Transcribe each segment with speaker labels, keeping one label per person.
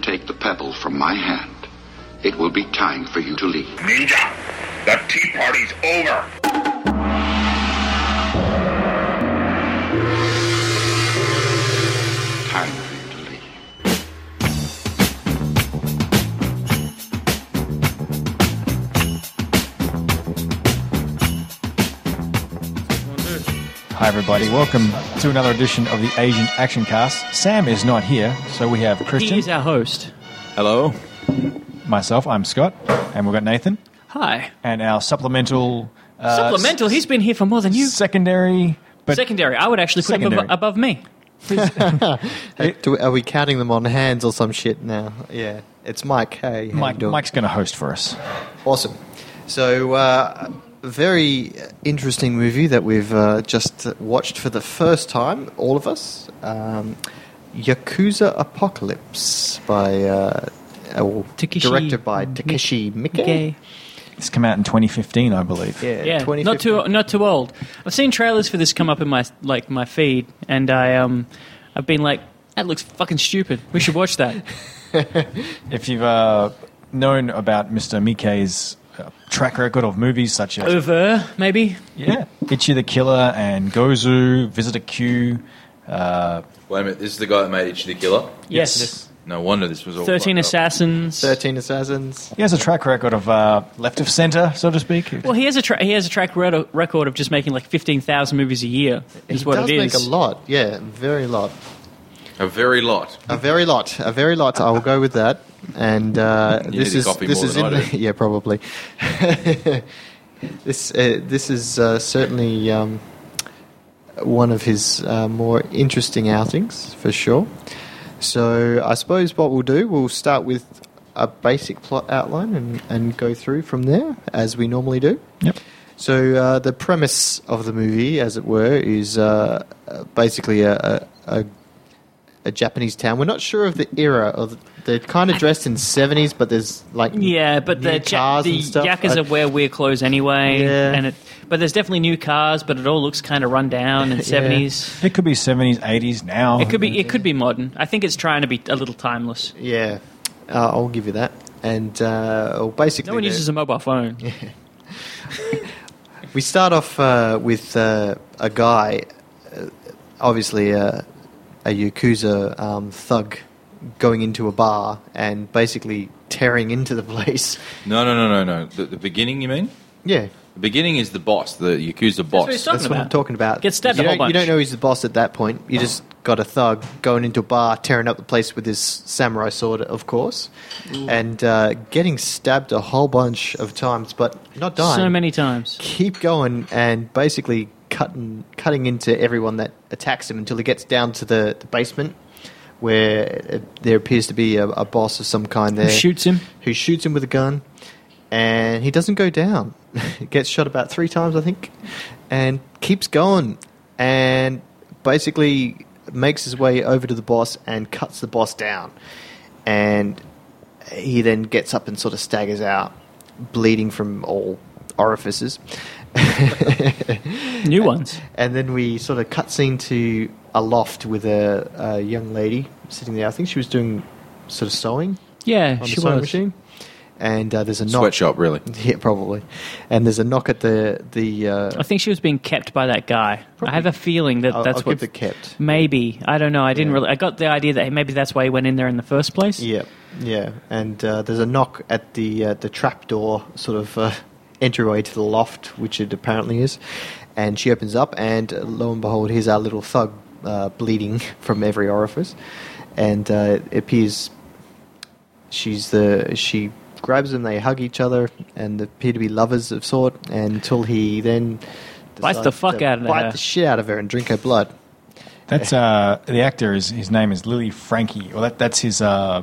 Speaker 1: take the pebble from my hand, it will be time for you to leave.
Speaker 2: Ninja, the tea party's over.
Speaker 1: Time for you to leave.
Speaker 3: Hi, everybody. Welcome to another edition of the Asian Action Cast. Sam is not here, so we have
Speaker 4: He
Speaker 3: Christian,
Speaker 4: is our host.
Speaker 5: Hello.
Speaker 3: myself, I'm Scott, and we've got Nathan,
Speaker 4: Hi.
Speaker 3: and our supplemental. Uh,
Speaker 4: Supplemental. He's been here for more than you.
Speaker 3: Secondary. But
Speaker 4: secondary. I would actually put him
Speaker 3: Secondary.
Speaker 4: abo- above me.
Speaker 6: Do we, are we counting them on hands or some shit now? Yeah, it's Mike. Hey, how you
Speaker 3: Mike,
Speaker 6: doing?
Speaker 3: Mike's going to host for us.
Speaker 6: awesome. So, uh, very interesting movie that we've uh, just watched for the first time, all of us. Um, Yakuza Apocalypse by uh, uh, well,
Speaker 4: Takeshi
Speaker 6: directed by
Speaker 4: Mik-
Speaker 6: Takeshi Miike.
Speaker 4: Okay.
Speaker 3: It's come out in 2015, I believe.
Speaker 6: Yeah,
Speaker 4: Yeah, not
Speaker 6: 2015.
Speaker 4: too not too old. I've seen trailers for this come up in my like my feed, and I um, I've been like, that looks fucking stupid. We should watch that.
Speaker 3: If you've uh, known about Mr. Mike's uh, track record of movies such as
Speaker 4: Over maybe.
Speaker 3: yeah, Itchy the Killer and Gozu, Visitor Q, uh,
Speaker 5: Wait a minute. This is the guy that made Itchy the Killer.
Speaker 4: Yes.
Speaker 5: No wonder this was all.
Speaker 4: Thirteen
Speaker 5: fucked up.
Speaker 4: assassins.
Speaker 6: 13 Assassins.
Speaker 3: He has a track record of uh, left of centre, so to speak.
Speaker 4: Well, he has a tra- he has a track re- record of just making like fifteen thousand movies a year. Is
Speaker 6: he
Speaker 4: what
Speaker 6: does
Speaker 4: it
Speaker 6: make
Speaker 4: is.
Speaker 6: a lot. Yeah, very lot.
Speaker 5: A very lot.
Speaker 6: A very lot, a very lot. I will go with that. And uh,
Speaker 5: You
Speaker 6: this
Speaker 5: need to
Speaker 6: is
Speaker 5: copy
Speaker 6: this
Speaker 5: more
Speaker 6: is
Speaker 5: than
Speaker 6: in
Speaker 5: I
Speaker 6: the-
Speaker 5: do.
Speaker 6: yeah probably. this uh, this is uh, certainly um, one of his uh, more interesting outings for sure. So I suppose what we'll do, we'll start with a basic plot outline and, and go through from there as we normally do.
Speaker 3: Yep.
Speaker 6: So uh, the premise of the movie, as it were, is uh, uh, basically a, a, a a Japanese town. We're not sure of the era. Or the, they're kind of dressed in seventies, but there's like
Speaker 4: Yeah, but
Speaker 6: new
Speaker 4: the ja-
Speaker 6: cars
Speaker 4: the
Speaker 6: and stuff.
Speaker 4: yakas
Speaker 6: I-
Speaker 4: are wear weird clothes anyway,
Speaker 6: Yeah.
Speaker 4: and it, but there's definitely new cars, but it all looks kind of run down and seventies.
Speaker 3: it could be 70s, 80s now.
Speaker 4: It could be it could be modern. I think it's trying to be a little timeless.
Speaker 6: yeah, uh, I'll give you that. And uh, well, basically,
Speaker 4: No one
Speaker 6: the-
Speaker 4: uses a mobile phone.
Speaker 6: we start off uh, with uh, a guy, uh, obviously a, a yakuza um, thug, going into a bar and basically tearing into the place.
Speaker 5: No, no, no, no, no. The, the beginning, you mean?
Speaker 6: Yeah.
Speaker 5: The beginning is the boss, the Yakuza
Speaker 4: what he's
Speaker 5: boss.
Speaker 4: talking
Speaker 6: That's what I'm talking about.
Speaker 4: Gets stabbed
Speaker 6: you
Speaker 4: a whole
Speaker 6: don't, You
Speaker 4: bunch.
Speaker 6: don't know he's the boss at that point. You just got a thug going into a bar, tearing up the place with his samurai sword, of course, and uh, getting stabbed a whole bunch of times, but not dying.
Speaker 4: So many times.
Speaker 6: Keep going and basically cutting cutting into everyone that attacks him until he gets down to the, the basement. Where uh, there appears to be a, a boss of some kind there
Speaker 4: shoots him.
Speaker 6: who shoots him with a gun, and he doesn't go down. Gets shot about three times, I think, and keeps going, and basically makes his way over to the boss and cuts the boss down, and he then gets up and sort of staggers out, bleeding from all orifices.
Speaker 4: New ones.
Speaker 6: And then we sort of cutscene to a loft with a, a young lady sitting there. I think she was doing sort of sewing
Speaker 4: Yeah,
Speaker 6: on
Speaker 4: she
Speaker 6: the sewing
Speaker 4: was.
Speaker 6: machine. And uh, there's a knock.
Speaker 5: Sweatshop, really.
Speaker 6: Yeah, probably. And there's a knock at the the.
Speaker 4: I
Speaker 6: Uh,
Speaker 4: think she was being kept by that guy. I have a feeling that
Speaker 6: I'll-
Speaker 4: that's
Speaker 6: I'll
Speaker 4: what
Speaker 6: give the kept.
Speaker 4: Maybe I don't know. I didn't
Speaker 6: Yeah.
Speaker 4: really. I got the idea that maybe that's why he went in there in the first place.
Speaker 6: yeah, yeah. And uh, there's a knock at the uh, the trap door, sort of uh, entryway to the loft, which it apparently is. And she opens up, and uh, lo and behold, here's our little thug uh, bleeding from every orifice, and uh, it appears she's the she grabs him. They hug each other, and appear to be lovers of sort. Until he then
Speaker 4: Bites the
Speaker 6: decides
Speaker 4: fuck
Speaker 6: to
Speaker 4: out of
Speaker 6: bite
Speaker 4: her.
Speaker 6: the shit out of her and drink her blood.
Speaker 3: That's uh, the actor. Is his name is Lily Frankie? Well, that, that's his uh,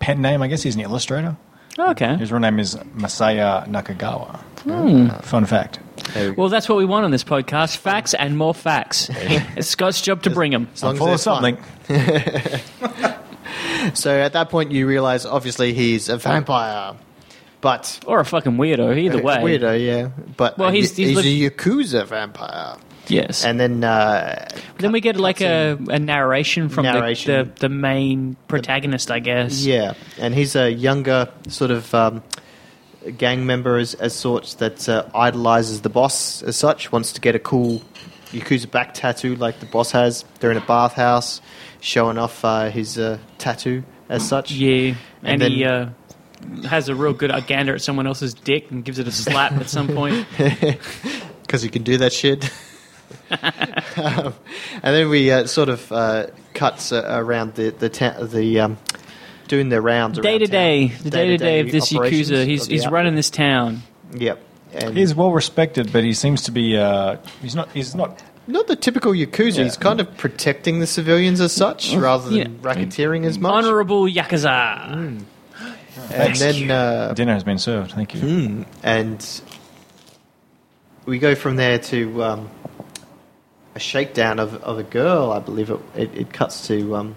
Speaker 3: pen name, I guess. He's an illustrator.
Speaker 4: Okay.
Speaker 3: His real name is Masaya Nakagawa.
Speaker 4: Hmm.
Speaker 3: Fun fact.
Speaker 6: There we go.
Speaker 4: Well, that's what we want on this podcast: facts and more facts. it's Scott's job to bring them.
Speaker 6: long
Speaker 3: I'm
Speaker 6: as
Speaker 3: full of
Speaker 6: they're fun.
Speaker 3: something.
Speaker 6: So at that point, you realize obviously he's a vampire, but
Speaker 4: Or a fucking weirdo, either way.
Speaker 6: weirdo, yeah. But
Speaker 4: Well, he's- he's
Speaker 6: he's,
Speaker 4: look-
Speaker 6: a yakuza vampire.
Speaker 4: Yes.
Speaker 6: And then uh,
Speaker 4: then we get like a, a narration from the-
Speaker 6: Narration.
Speaker 4: The, the, main protagonist, I guess.
Speaker 6: Yeah, and he's a younger sort of um, gang member as, as sorts that uh, idolizes the boss as such, wants to get a cool Yakuza back tattoo like the boss has. They're in a bathhouse showing off uh, his uh, tattoo as such.
Speaker 4: Yeah. And,
Speaker 6: And
Speaker 4: he uh, has a real good uh, gander at someone else's dick and gives it a slap at some point.
Speaker 6: because you can do that shit. um, and then we uh, sort of uh, cuts uh, around the the ta- the um, doing their rounds around
Speaker 4: Day to
Speaker 6: town.
Speaker 4: day, the day to day of this
Speaker 6: operations
Speaker 4: Yakuza, he's,
Speaker 6: of the
Speaker 4: he's
Speaker 6: outfit.
Speaker 4: running this town.
Speaker 6: Yep. And
Speaker 3: He's well respected, but he seems to be. Uh, he's not. He's not.
Speaker 6: Not the typical Yakuza. He's kind of protecting the civilians as such, rather than
Speaker 4: Yeah.
Speaker 6: racketeering as much. Mm,
Speaker 4: Honorable Yakuza.
Speaker 6: and then, uh, Hmm.
Speaker 3: Dinner has been served. Thank you.
Speaker 6: and we go from there to um, a shakedown of, of a girl. I believe it. It, it cuts to um,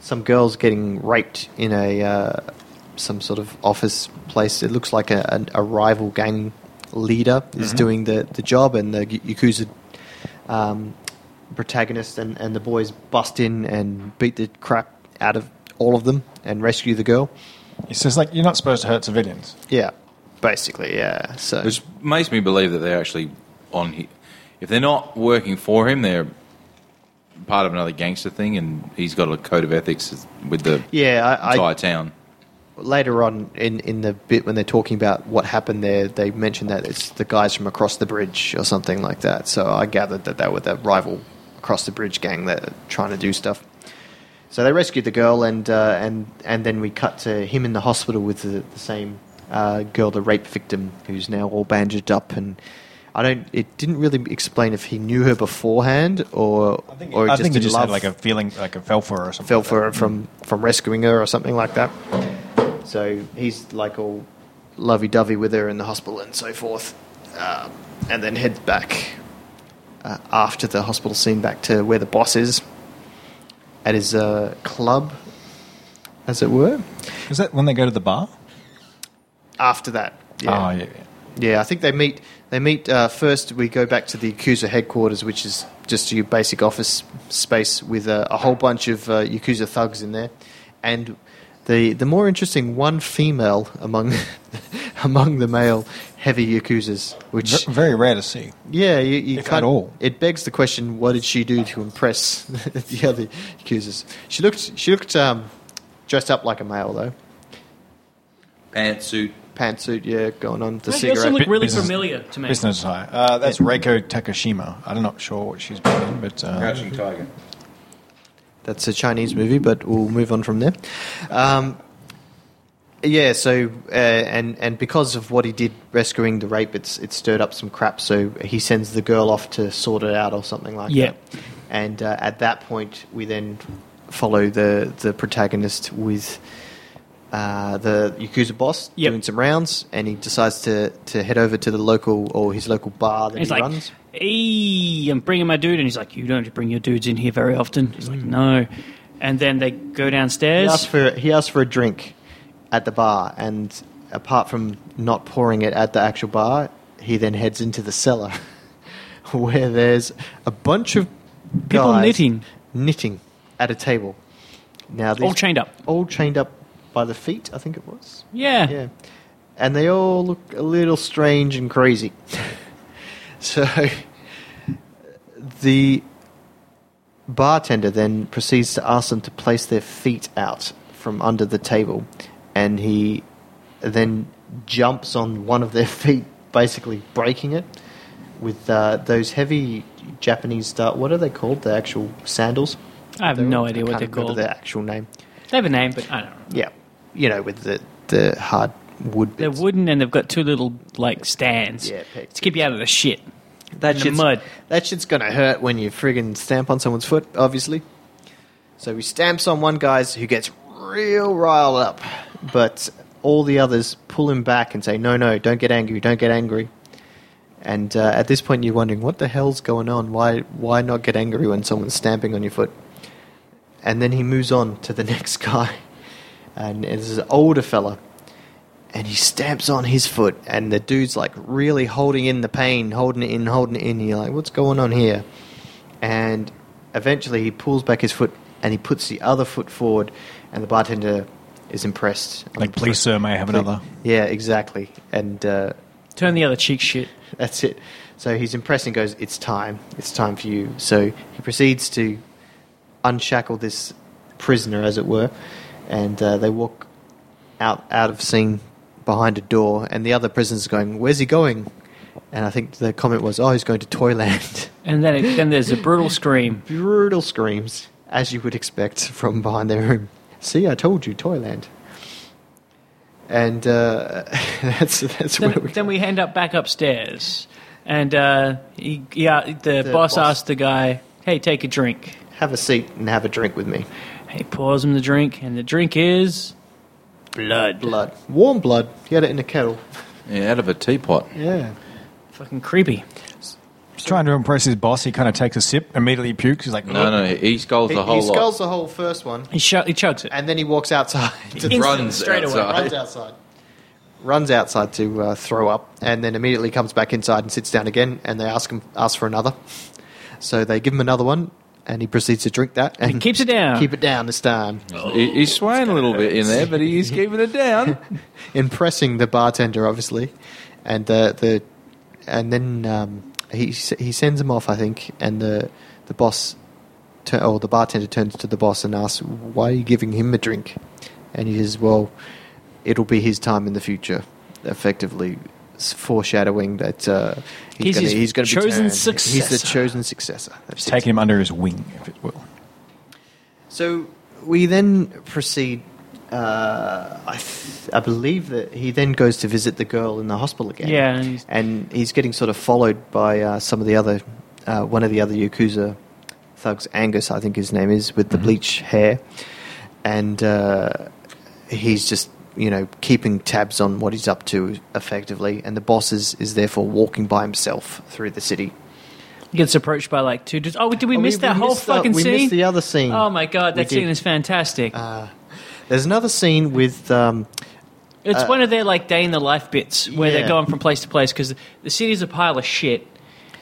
Speaker 6: some girls getting raped in a uh, some sort of office place. It looks like a, a, a rival gang leader is doing the, the job, and the Yakuza um, protagonist and, and the boys bust in and beat the crap out of all of them and rescue the girl.
Speaker 3: He says like you're not supposed to hurt civilians.
Speaker 6: Yeah, basically, yeah. So
Speaker 5: Which makes me believe that they're actually on. He- if they're not working for him, they're part of another gangster thing, and he's got a code of ethics with the
Speaker 6: yeah, I,
Speaker 5: entire
Speaker 6: I,
Speaker 5: town.
Speaker 6: later on in, in the bit when they're talking about what happened there, they mention that it's the guys from across the bridge or something like that. So I gathered that they were the rival across the bridge gang that are trying to do stuff. So they rescued the girl, and uh, and and then we cut to him in the hospital with the, the same uh, girl, the rape victim, who's now all bandaged up. And I don't, it didn't really explain if he knew her beforehand or
Speaker 3: I think.
Speaker 6: or
Speaker 3: I think he
Speaker 6: did
Speaker 3: just
Speaker 6: love
Speaker 3: had like a feeling, like a fell for her or something.
Speaker 6: fell for her from, from rescuing her or something like that. So he's like all lovey dovey with her in the hospital and so forth, uh, and then heads back uh, after the hospital scene back to where the boss is at his uh, club, as it were.
Speaker 3: Is that when they go to the bar?
Speaker 6: After that,
Speaker 3: Oh yeah. yeah.
Speaker 6: yeah, I think they meet. They meet uh, first. We go back to the Yakuza headquarters, which is just your basic office space with a, a whole bunch of uh, Yakuza thugs in there, and the the more interesting one female among among the male heavy Yakuza's, which
Speaker 3: Ve- very rare to see.
Speaker 6: yeah, you, you
Speaker 3: If at
Speaker 6: can't-
Speaker 3: all.
Speaker 6: It begs the question: What did she do to impress the other Yakuza's? She looked she looked um, dressed up like a male though,
Speaker 5: Pantsuit.
Speaker 6: pantsuit, yeah, going on the
Speaker 4: They also
Speaker 6: cigarette.
Speaker 4: look really
Speaker 3: business-
Speaker 4: familiar to me.
Speaker 3: Business high. Uh, that's Reiko Takashima. I'm not sure what she's been in, but uh,
Speaker 5: Crouching Tiger.
Speaker 6: That's a Chinese movie, but we'll move on from there. Um, yeah, so uh, and and because of what he did rescuing the rape, it's it stirred up some crap. So he sends the girl off to sort it out or something like
Speaker 4: Yeah.
Speaker 6: that. And uh, at that point, we then follow the the protagonist with uh, the yakuza boss
Speaker 4: Yep.
Speaker 6: doing some rounds, and he decides to to head over to the local or his local bar that
Speaker 4: He's
Speaker 6: he
Speaker 4: like,
Speaker 6: runs.
Speaker 4: "Hey, I'm bringing my dude," and he's like, "You don't bring your dudes in here very often." He's like, "No," and then they go
Speaker 6: He
Speaker 4: downstairs.
Speaker 6: asked Mm. for he asked for a drink at the bar, and apart from not pouring it at the actual bar, he then heads into the cellar where there's a bunch of
Speaker 4: People
Speaker 6: guys
Speaker 4: knitting.
Speaker 6: knitting at a table. Now these-
Speaker 4: All chained up.
Speaker 6: all chained up by the feet, I think it was.
Speaker 4: yeah.
Speaker 6: Yeah, and they all look a little strange and crazy. so the bartender then proceeds to ask them to place their feet out from under the table, and he then jumps on one of their feet, basically breaking it with uh, those heavy Japanese style. What are they called? The actual sandals.
Speaker 4: I have no idea what
Speaker 6: can't
Speaker 4: they're
Speaker 6: remember
Speaker 4: called.
Speaker 6: The actual name.
Speaker 4: They have a name, but I don't. know.
Speaker 6: Yeah, you know, with the the hard wood.
Speaker 4: They're
Speaker 6: bits.
Speaker 4: wooden and they've got two little like stands
Speaker 6: Yeah, pegs.
Speaker 4: to keep you out of the shit.
Speaker 6: That
Speaker 4: in the
Speaker 6: shit's,
Speaker 4: mud.
Speaker 6: That shit's gonna hurt when you friggin' stamp on someone's foot, obviously. So he stamps on one guy's who gets real riled up, but all the others pull him back and say, "No, no, don't get angry, don't get angry." And uh, at this point, you're wondering what the hell's going on. Why, why not get angry when someone's stamping on your foot? And then he moves on to the next guy, and it's an older fella, and he stamps on his foot, and the dude's like really holding in the pain, holding it in, holding it in. You're like, what's going on here? And eventually he pulls back his foot and he puts the other foot forward, and the bartender is impressed.
Speaker 3: Like, please, sir, may I have another?
Speaker 6: Yeah, exactly. And uh,
Speaker 4: Turn the other cheek, shit.
Speaker 6: that's it. So he's impressed and goes, It's time. It's time for you. So he proceeds to unshackle this prisoner, as it were, and uh, they walk out, out of scene behind a door, and the other prisoner's going, Where's he going? And I think the comment was, Oh, he's going to Toyland.
Speaker 4: And then it, then there's a brutal scream.
Speaker 6: Brutal screams, as you would expect from behind their room. See, I told you, Toyland. And uh, that's, that's
Speaker 4: Then,
Speaker 6: where we
Speaker 4: then we end up back upstairs, and uh, he, yeah, the,
Speaker 6: The
Speaker 4: boss,
Speaker 6: boss.
Speaker 4: asked the guy, "Hey, take a drink."
Speaker 6: have a seat and have a drink with me.
Speaker 4: He pours him the drink, and the drink is blood.
Speaker 6: blood. Warm blood. He had it in a kettle.
Speaker 5: Yeah, out of a teapot.
Speaker 6: Yeah.
Speaker 4: Fucking creepy.
Speaker 3: He's trying to impress his boss. He kind of takes a sip, immediately pukes. He's like,
Speaker 5: No, no, he skulls
Speaker 6: He,
Speaker 5: the whole
Speaker 6: he skulls
Speaker 5: lot.
Speaker 6: the whole first one,
Speaker 4: He, sh- he chugs it.
Speaker 6: and then he walks outside. To
Speaker 4: Instantly,
Speaker 5: runs
Speaker 4: straight away.
Speaker 5: outside.
Speaker 6: runs outside. Runs outside to uh, throw up, and then immediately comes back inside and sits down again. And they ask him ask for another. So they give him another one, and he proceeds to drink that and
Speaker 4: keeps it down.
Speaker 6: Keep it down this time,
Speaker 5: He, he's swaying a little bit in there, but he is keeping it down.
Speaker 6: impressing the bartender, obviously, and the the and then um, he s- he sends him off, I think, and the the boss tu- or the bartender turns to the boss and asks, "Why are you giving him a drink?" And he says, "Well, it'll be his time in the future." Effectively s- foreshadowing that uh,
Speaker 4: He's
Speaker 6: he's, gonna,
Speaker 4: his
Speaker 6: he's going to be
Speaker 4: chosen
Speaker 6: turned. He's the
Speaker 4: successor.
Speaker 6: chosen successor. That's it.
Speaker 3: take him under his wing, if it will.
Speaker 6: So we then proceed. Uh, I, th- I believe that he then goes to visit the girl in the hospital again.
Speaker 4: Yeah, and he's-
Speaker 6: and he's getting sort of followed by uh, some of the other, uh, one of the other yakuza thugs, Angus, I think his name is, with the
Speaker 4: Mm-hmm.
Speaker 6: bleach hair, and uh, he's just you know keeping tabs on what he's up to effectively, and the boss is, is therefore walking by himself through the city.
Speaker 4: He gets approached by like two dudes. Oh, did we
Speaker 6: Oh, we-
Speaker 4: miss that
Speaker 6: we
Speaker 4: whole
Speaker 6: missed the-
Speaker 4: fucking
Speaker 6: we
Speaker 4: scene?
Speaker 6: missed the other scene.
Speaker 4: Oh my god,
Speaker 6: We
Speaker 4: that scene
Speaker 6: did.
Speaker 4: is fantastic.
Speaker 6: There's another scene with. Um,
Speaker 4: it's one of their like day in the life bits where they're
Speaker 6: Yeah.
Speaker 4: going from place to place because the city's a pile of shit.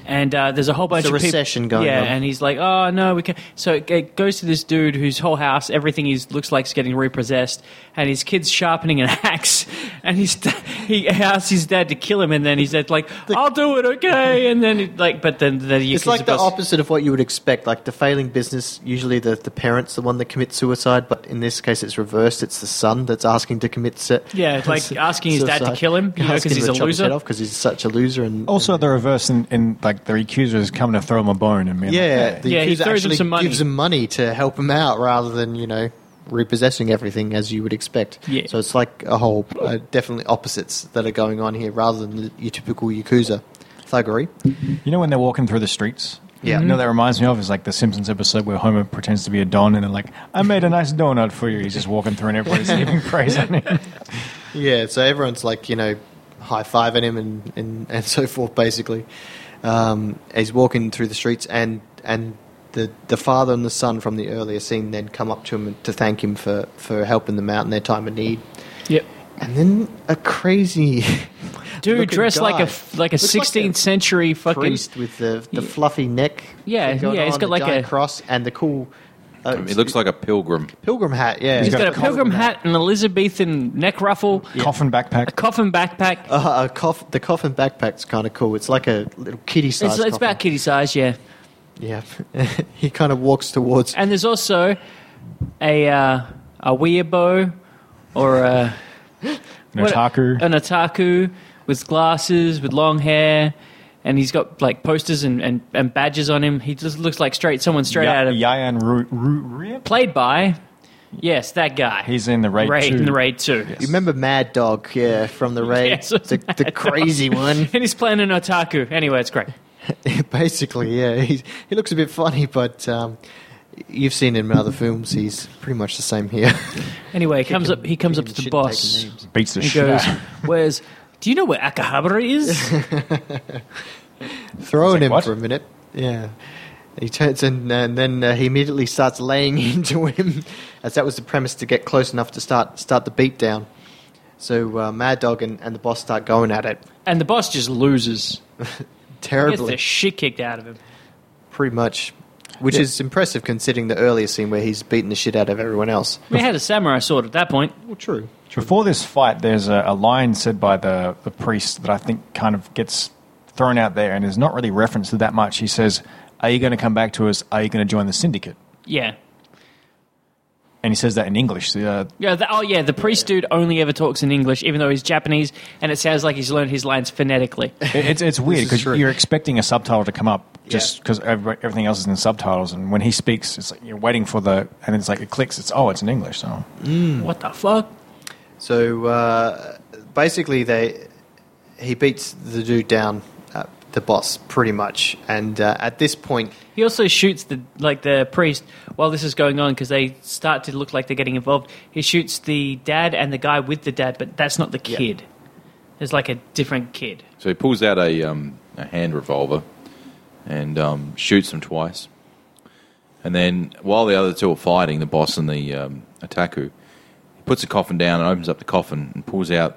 Speaker 4: And uh, there's a whole bunch
Speaker 6: a
Speaker 4: of peop-
Speaker 6: recession going
Speaker 4: yeah,
Speaker 6: on.
Speaker 4: and he's like, "Oh no, we can." So it, it goes to this dude whose whole house, everything he's looks like is getting repossessed, and his kid's sharpening an axe, and he's he asks his dad to kill him, and then he's like, "I'll do it, okay?" And then it, like, but then the
Speaker 6: It's like the
Speaker 4: boss-
Speaker 6: opposite of what you would expect. Like the failing business, usually the, the parent's the one that commits suicide, but in this case it's reversed. It's the son that's asking to commit se-
Speaker 4: Yeah, it's like asking his dad to
Speaker 6: suicide.
Speaker 4: kill him, you know, 'cause
Speaker 6: Asking him
Speaker 4: he's
Speaker 6: to
Speaker 4: a
Speaker 6: chop his
Speaker 4: loser.
Speaker 6: head off 'cause he's such a loser. And
Speaker 3: Also,
Speaker 6: and-
Speaker 3: the reverse in, in like the accusers coming to throw him a bone and being like,
Speaker 6: yeah, the
Speaker 4: Yeah, he
Speaker 6: accuser
Speaker 4: throws him
Speaker 6: actually
Speaker 4: some money.
Speaker 6: gives him money to help him out rather than you know repossessing everything as you would expect.
Speaker 4: Yeah.
Speaker 6: So it's like a whole uh, definitely opposites that are going on here rather than the- your typical yakuza thuggery.
Speaker 3: You know when they're walking through the streets?
Speaker 6: Yeah.
Speaker 3: You know that reminds me of is like the Simpsons episode where Homer pretends to be a don and they're like, I made a nice donut for you. He's just walking through and everybody's giving praise on him.
Speaker 6: Yeah, so everyone's like, you know, high fiving him and, and, and so forth, basically. Um, he's walking through the streets, and, and the, the father and the son from the earlier scene then come up to him to thank him for, for helping them out in their time of need.
Speaker 4: Yep.
Speaker 6: And then a crazy
Speaker 4: Dude
Speaker 6: looking
Speaker 4: dressed like
Speaker 6: guy.
Speaker 4: a f- like a
Speaker 6: Looks like
Speaker 4: 16th century fucking
Speaker 6: priest with the, the fluffy neck.
Speaker 4: Yeah,
Speaker 6: thing going
Speaker 4: yeah, he's
Speaker 6: on,
Speaker 4: got
Speaker 6: the
Speaker 4: like
Speaker 6: giant
Speaker 4: a-
Speaker 6: cross and the cool uh,
Speaker 5: It looks like a pilgrim.
Speaker 6: pilgrim hat. Yeah,
Speaker 4: He's got,
Speaker 3: got
Speaker 4: a pilgrim hat, an Elizabethan neck ruffle,
Speaker 3: Coffin
Speaker 4: a
Speaker 3: backpack.
Speaker 4: coffin backpack.
Speaker 3: Oh,
Speaker 6: Uh, a coff- the coffin backpack's kind of cool. It's like a little kitty size.
Speaker 4: it's, it's about kitty size, yeah.
Speaker 6: Yeah, he kind of walks towards.
Speaker 4: And there's also a uh, a weirbo or a
Speaker 3: an otaku.
Speaker 4: an otaku with glasses, with long hair, and he's got like posters and, and, and badges on him. He just looks like straight someone straight
Speaker 3: Ya-
Speaker 4: out of
Speaker 3: Yayan Ru- Ru- Ru-
Speaker 4: played by yes that guy.
Speaker 3: He's in the raid.
Speaker 4: Raid
Speaker 3: too.
Speaker 4: in Raid Two.
Speaker 6: You remember Mad Dog? Yeah, from the raid,
Speaker 4: Yes,
Speaker 6: the, the crazy one.
Speaker 4: and he's playing an otaku. Anyway, it's great.
Speaker 6: Basically, yeah, he's, he looks a bit funny, but um, you've seen him in other films. He's pretty much the same here.
Speaker 4: Anyway, he comes up. He comes up to the
Speaker 6: Shouldn't take
Speaker 4: boss.
Speaker 6: names.
Speaker 3: Beats the
Speaker 4: He
Speaker 3: shit
Speaker 4: goes,
Speaker 3: out.
Speaker 4: "Where's? Do you know where Akahabara is?"
Speaker 6: Throwing him
Speaker 3: what?
Speaker 6: for a minute. Yeah, he turns and, and then uh, he immediately starts laying into him, as that was the premise to get close enough to start start the beat down. So uh, Mad Dog and, and the boss start going at it
Speaker 4: And the boss just loses. Gets
Speaker 6: terribly,
Speaker 4: the shit kicked out of him.
Speaker 6: pretty much, which is impressive considering the earlier scene where he's beating the shit out of everyone else.
Speaker 4: We had a samurai sword at that point.
Speaker 6: Well, true.
Speaker 3: Before this fight, there's a, a line said by the, the priest that I think kind of gets thrown out there and is not really referenced that much. He says, Are you going to come back to us? Are you going to join the syndicate?
Speaker 4: Yeah.
Speaker 3: And he says that in English. The, uh,
Speaker 4: Yeah. The, oh, yeah. The priest dude only ever talks in English, even though he's Japanese, and it sounds like he's learned his lines phonetically.
Speaker 3: it- it's, it's weird
Speaker 6: is
Speaker 3: because
Speaker 6: true.
Speaker 3: you're expecting a subtitle to come up just
Speaker 6: Yeah.
Speaker 3: because everything else is in subtitles. And when he speaks, it's like you're waiting for the, and it's like it clicks. It's, oh, it's in English. So
Speaker 4: what the fuck?
Speaker 6: So uh, basically, they he beats the dude down, uh, the boss, pretty much. And uh, at this point,
Speaker 4: He also shoots the like the priest while this is going on because they start to look like they're getting involved. He shoots the dad and the guy with the dad, but that's not the
Speaker 6: Yeah.
Speaker 4: kid. There's like a different kid.
Speaker 5: So he pulls out a, um, a hand revolver and um, shoots them twice. And then while the other two are fighting, the boss and the um, attacker, he puts the coffin down and opens up the coffin and pulls out.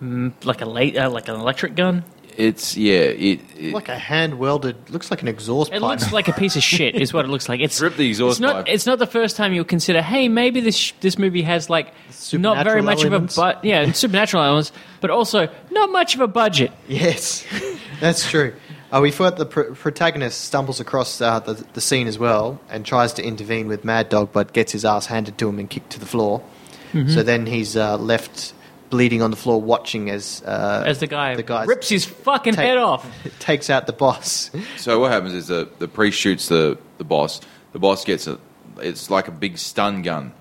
Speaker 4: like a late, uh, like an electric gun.
Speaker 5: It's yeah, it, it
Speaker 6: like a hand welded, looks like an exhaust
Speaker 4: It
Speaker 6: pipe.
Speaker 4: looks like a piece of shit, is what it looks like. It's
Speaker 5: Rip the exhaust
Speaker 4: it's not,
Speaker 5: pipe.
Speaker 4: It's not the first time you'll consider. Hey, maybe this sh- this movie has like not very
Speaker 6: Supernatural
Speaker 4: much
Speaker 6: elements.
Speaker 4: of a but yeah supernatural elements, but also not much of a budget.
Speaker 6: Yes, that's true. Uh, we thought the pr- protagonist stumbles across uh, the, the scene as well and tries to intervene with Mad Dog, but gets his ass handed to him and kicked to the floor.
Speaker 4: Mm-hmm.
Speaker 6: So then he's uh, left bleeding on the floor, watching as uh,
Speaker 4: As the guy,
Speaker 6: the guy
Speaker 4: rips his fucking
Speaker 6: take-
Speaker 4: head off.
Speaker 6: takes out the boss.
Speaker 5: So what happens is the the priest shoots the the boss. The boss gets a it's like a big stun gun.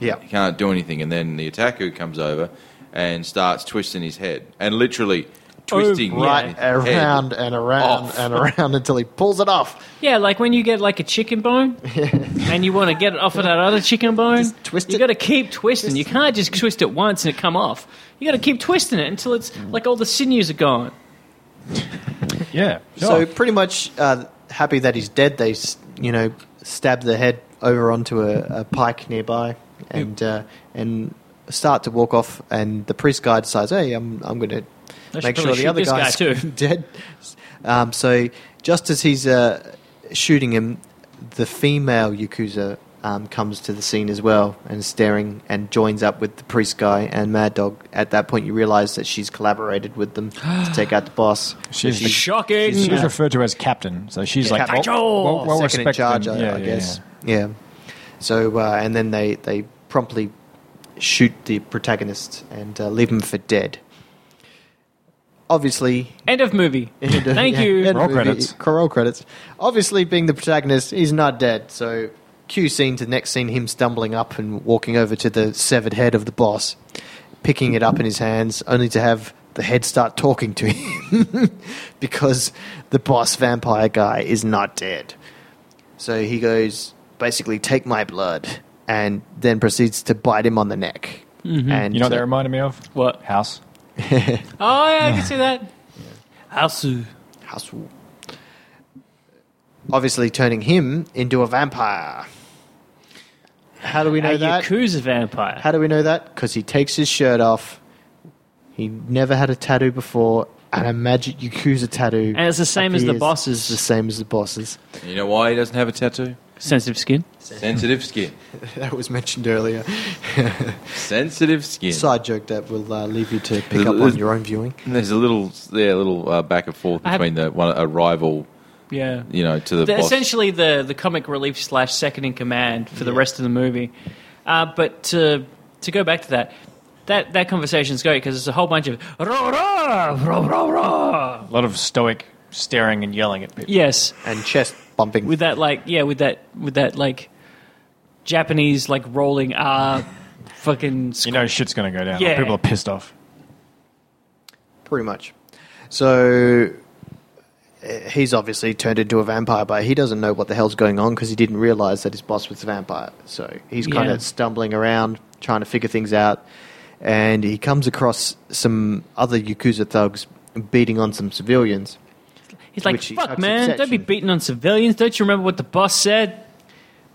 Speaker 6: yeah,
Speaker 5: He can't do anything, and then the attacker comes over and starts twisting his head and literally twisting
Speaker 6: right
Speaker 5: his head.
Speaker 6: around and around
Speaker 5: off.
Speaker 6: and around until he pulls it off.
Speaker 4: Yeah, like when you get like a chicken bone and you want to get it off of that other chicken bone,
Speaker 6: Just twist
Speaker 4: you
Speaker 6: it.
Speaker 4: got to keep twisting. You can't just twist it once and it come off. You got to keep twisting it until it's like all the sinews are gone.
Speaker 3: yeah,
Speaker 6: So pretty much uh, happy that he's dead. They, s- you know, stab the head over onto a, a pike nearby, and uh, and start to walk off. And the priest guy decides, "Hey, I'm I'm going to
Speaker 4: I should
Speaker 6: make sure
Speaker 4: probably
Speaker 6: the other
Speaker 4: shoot this guy
Speaker 6: guy's
Speaker 4: too."
Speaker 6: dead." Um, so just as he's uh, shooting him, the female yakuza. Um, comes to the scene as well and is staring and joins up with the priest guy and Mad Dog. At that point, you realize that she's collaborated with them to take out the boss.
Speaker 3: she's, she's,
Speaker 4: Shocking.
Speaker 3: she's
Speaker 6: Yeah.
Speaker 3: referred to as captain. So she's
Speaker 6: Yeah,
Speaker 3: like "Oh,
Speaker 6: captain.
Speaker 3: well, well, well
Speaker 6: second in
Speaker 3: respected.
Speaker 6: charge, I,
Speaker 3: Yeah,
Speaker 6: I
Speaker 3: yeah,
Speaker 6: guess.
Speaker 3: yeah.
Speaker 6: Yeah. So uh, and then they they promptly shoot the protagonist and uh, leave him for dead. Obviously,
Speaker 4: End of movie. Thank
Speaker 6: yeah,
Speaker 4: you.
Speaker 6: end
Speaker 3: Roll
Speaker 6: of movie,
Speaker 3: credits.
Speaker 6: Roll credits. Obviously, being the protagonist, he's not dead. So cue scene to the next scene, him stumbling up and walking over to the severed head of the boss, picking it up in his hands, only to have the head start talking to him because the boss vampire guy is not dead. So he goes, basically, take my blood, and then proceeds to bite him on the neck. And
Speaker 3: Mm-hmm. You know what
Speaker 6: uh,
Speaker 3: that reminded me of?
Speaker 4: What?
Speaker 3: House.
Speaker 4: Oh yeah, I can see that. Asu.
Speaker 6: Hustle. Obviously, turning him into a vampire. How do we know
Speaker 4: A
Speaker 6: that?
Speaker 4: Yakuza vampire.
Speaker 6: How do we know that? Because he takes his shirt off. He never had a tattoo before, and a magic Yakuza tattoo.
Speaker 4: And it's the same as the
Speaker 6: appears.
Speaker 4: boss's.
Speaker 6: It's the same as the bosses.
Speaker 5: You know why he doesn't have a tattoo?
Speaker 4: Sensitive skin.
Speaker 5: Sensitive skin.
Speaker 6: that was mentioned earlier.
Speaker 5: Sensitive skin.
Speaker 6: Side joke that will uh, leave you to pick up
Speaker 5: There's-
Speaker 6: on your own viewing.
Speaker 5: There's a little yeah, a little uh, back and forth
Speaker 4: I have-
Speaker 5: between the one a rival,
Speaker 4: Yeah.
Speaker 5: you know, to the,
Speaker 4: The-
Speaker 5: boss.
Speaker 4: essentially the the comic relief slash second in command for the
Speaker 6: Yeah.
Speaker 4: rest of the movie. Uh, but to to go back to that, that that conversation's great because it's a whole bunch of rah rah rah rah rah.
Speaker 3: A lot of stoic staring and yelling at people.
Speaker 4: Yes,
Speaker 6: And chest bumping.
Speaker 4: with that like yeah, with that with that like Japanese like rolling R, fucking
Speaker 3: You know shit's going to go down.
Speaker 4: Yeah.
Speaker 3: People are pissed off.
Speaker 6: pretty much. So uh, he's obviously turned into a vampire, but he doesn't know what the hell's going on because he didn't realize that his boss was a vampire. So he's kind
Speaker 4: Yeah.
Speaker 6: of stumbling around trying to figure things out, and he comes across some other yakuza thugs beating on some civilians.
Speaker 4: He's like,
Speaker 6: which he
Speaker 4: fuck,
Speaker 6: tucks
Speaker 4: man,
Speaker 6: its
Speaker 4: don't be
Speaker 6: section.
Speaker 4: beating on civilians. Don't you remember what the boss said?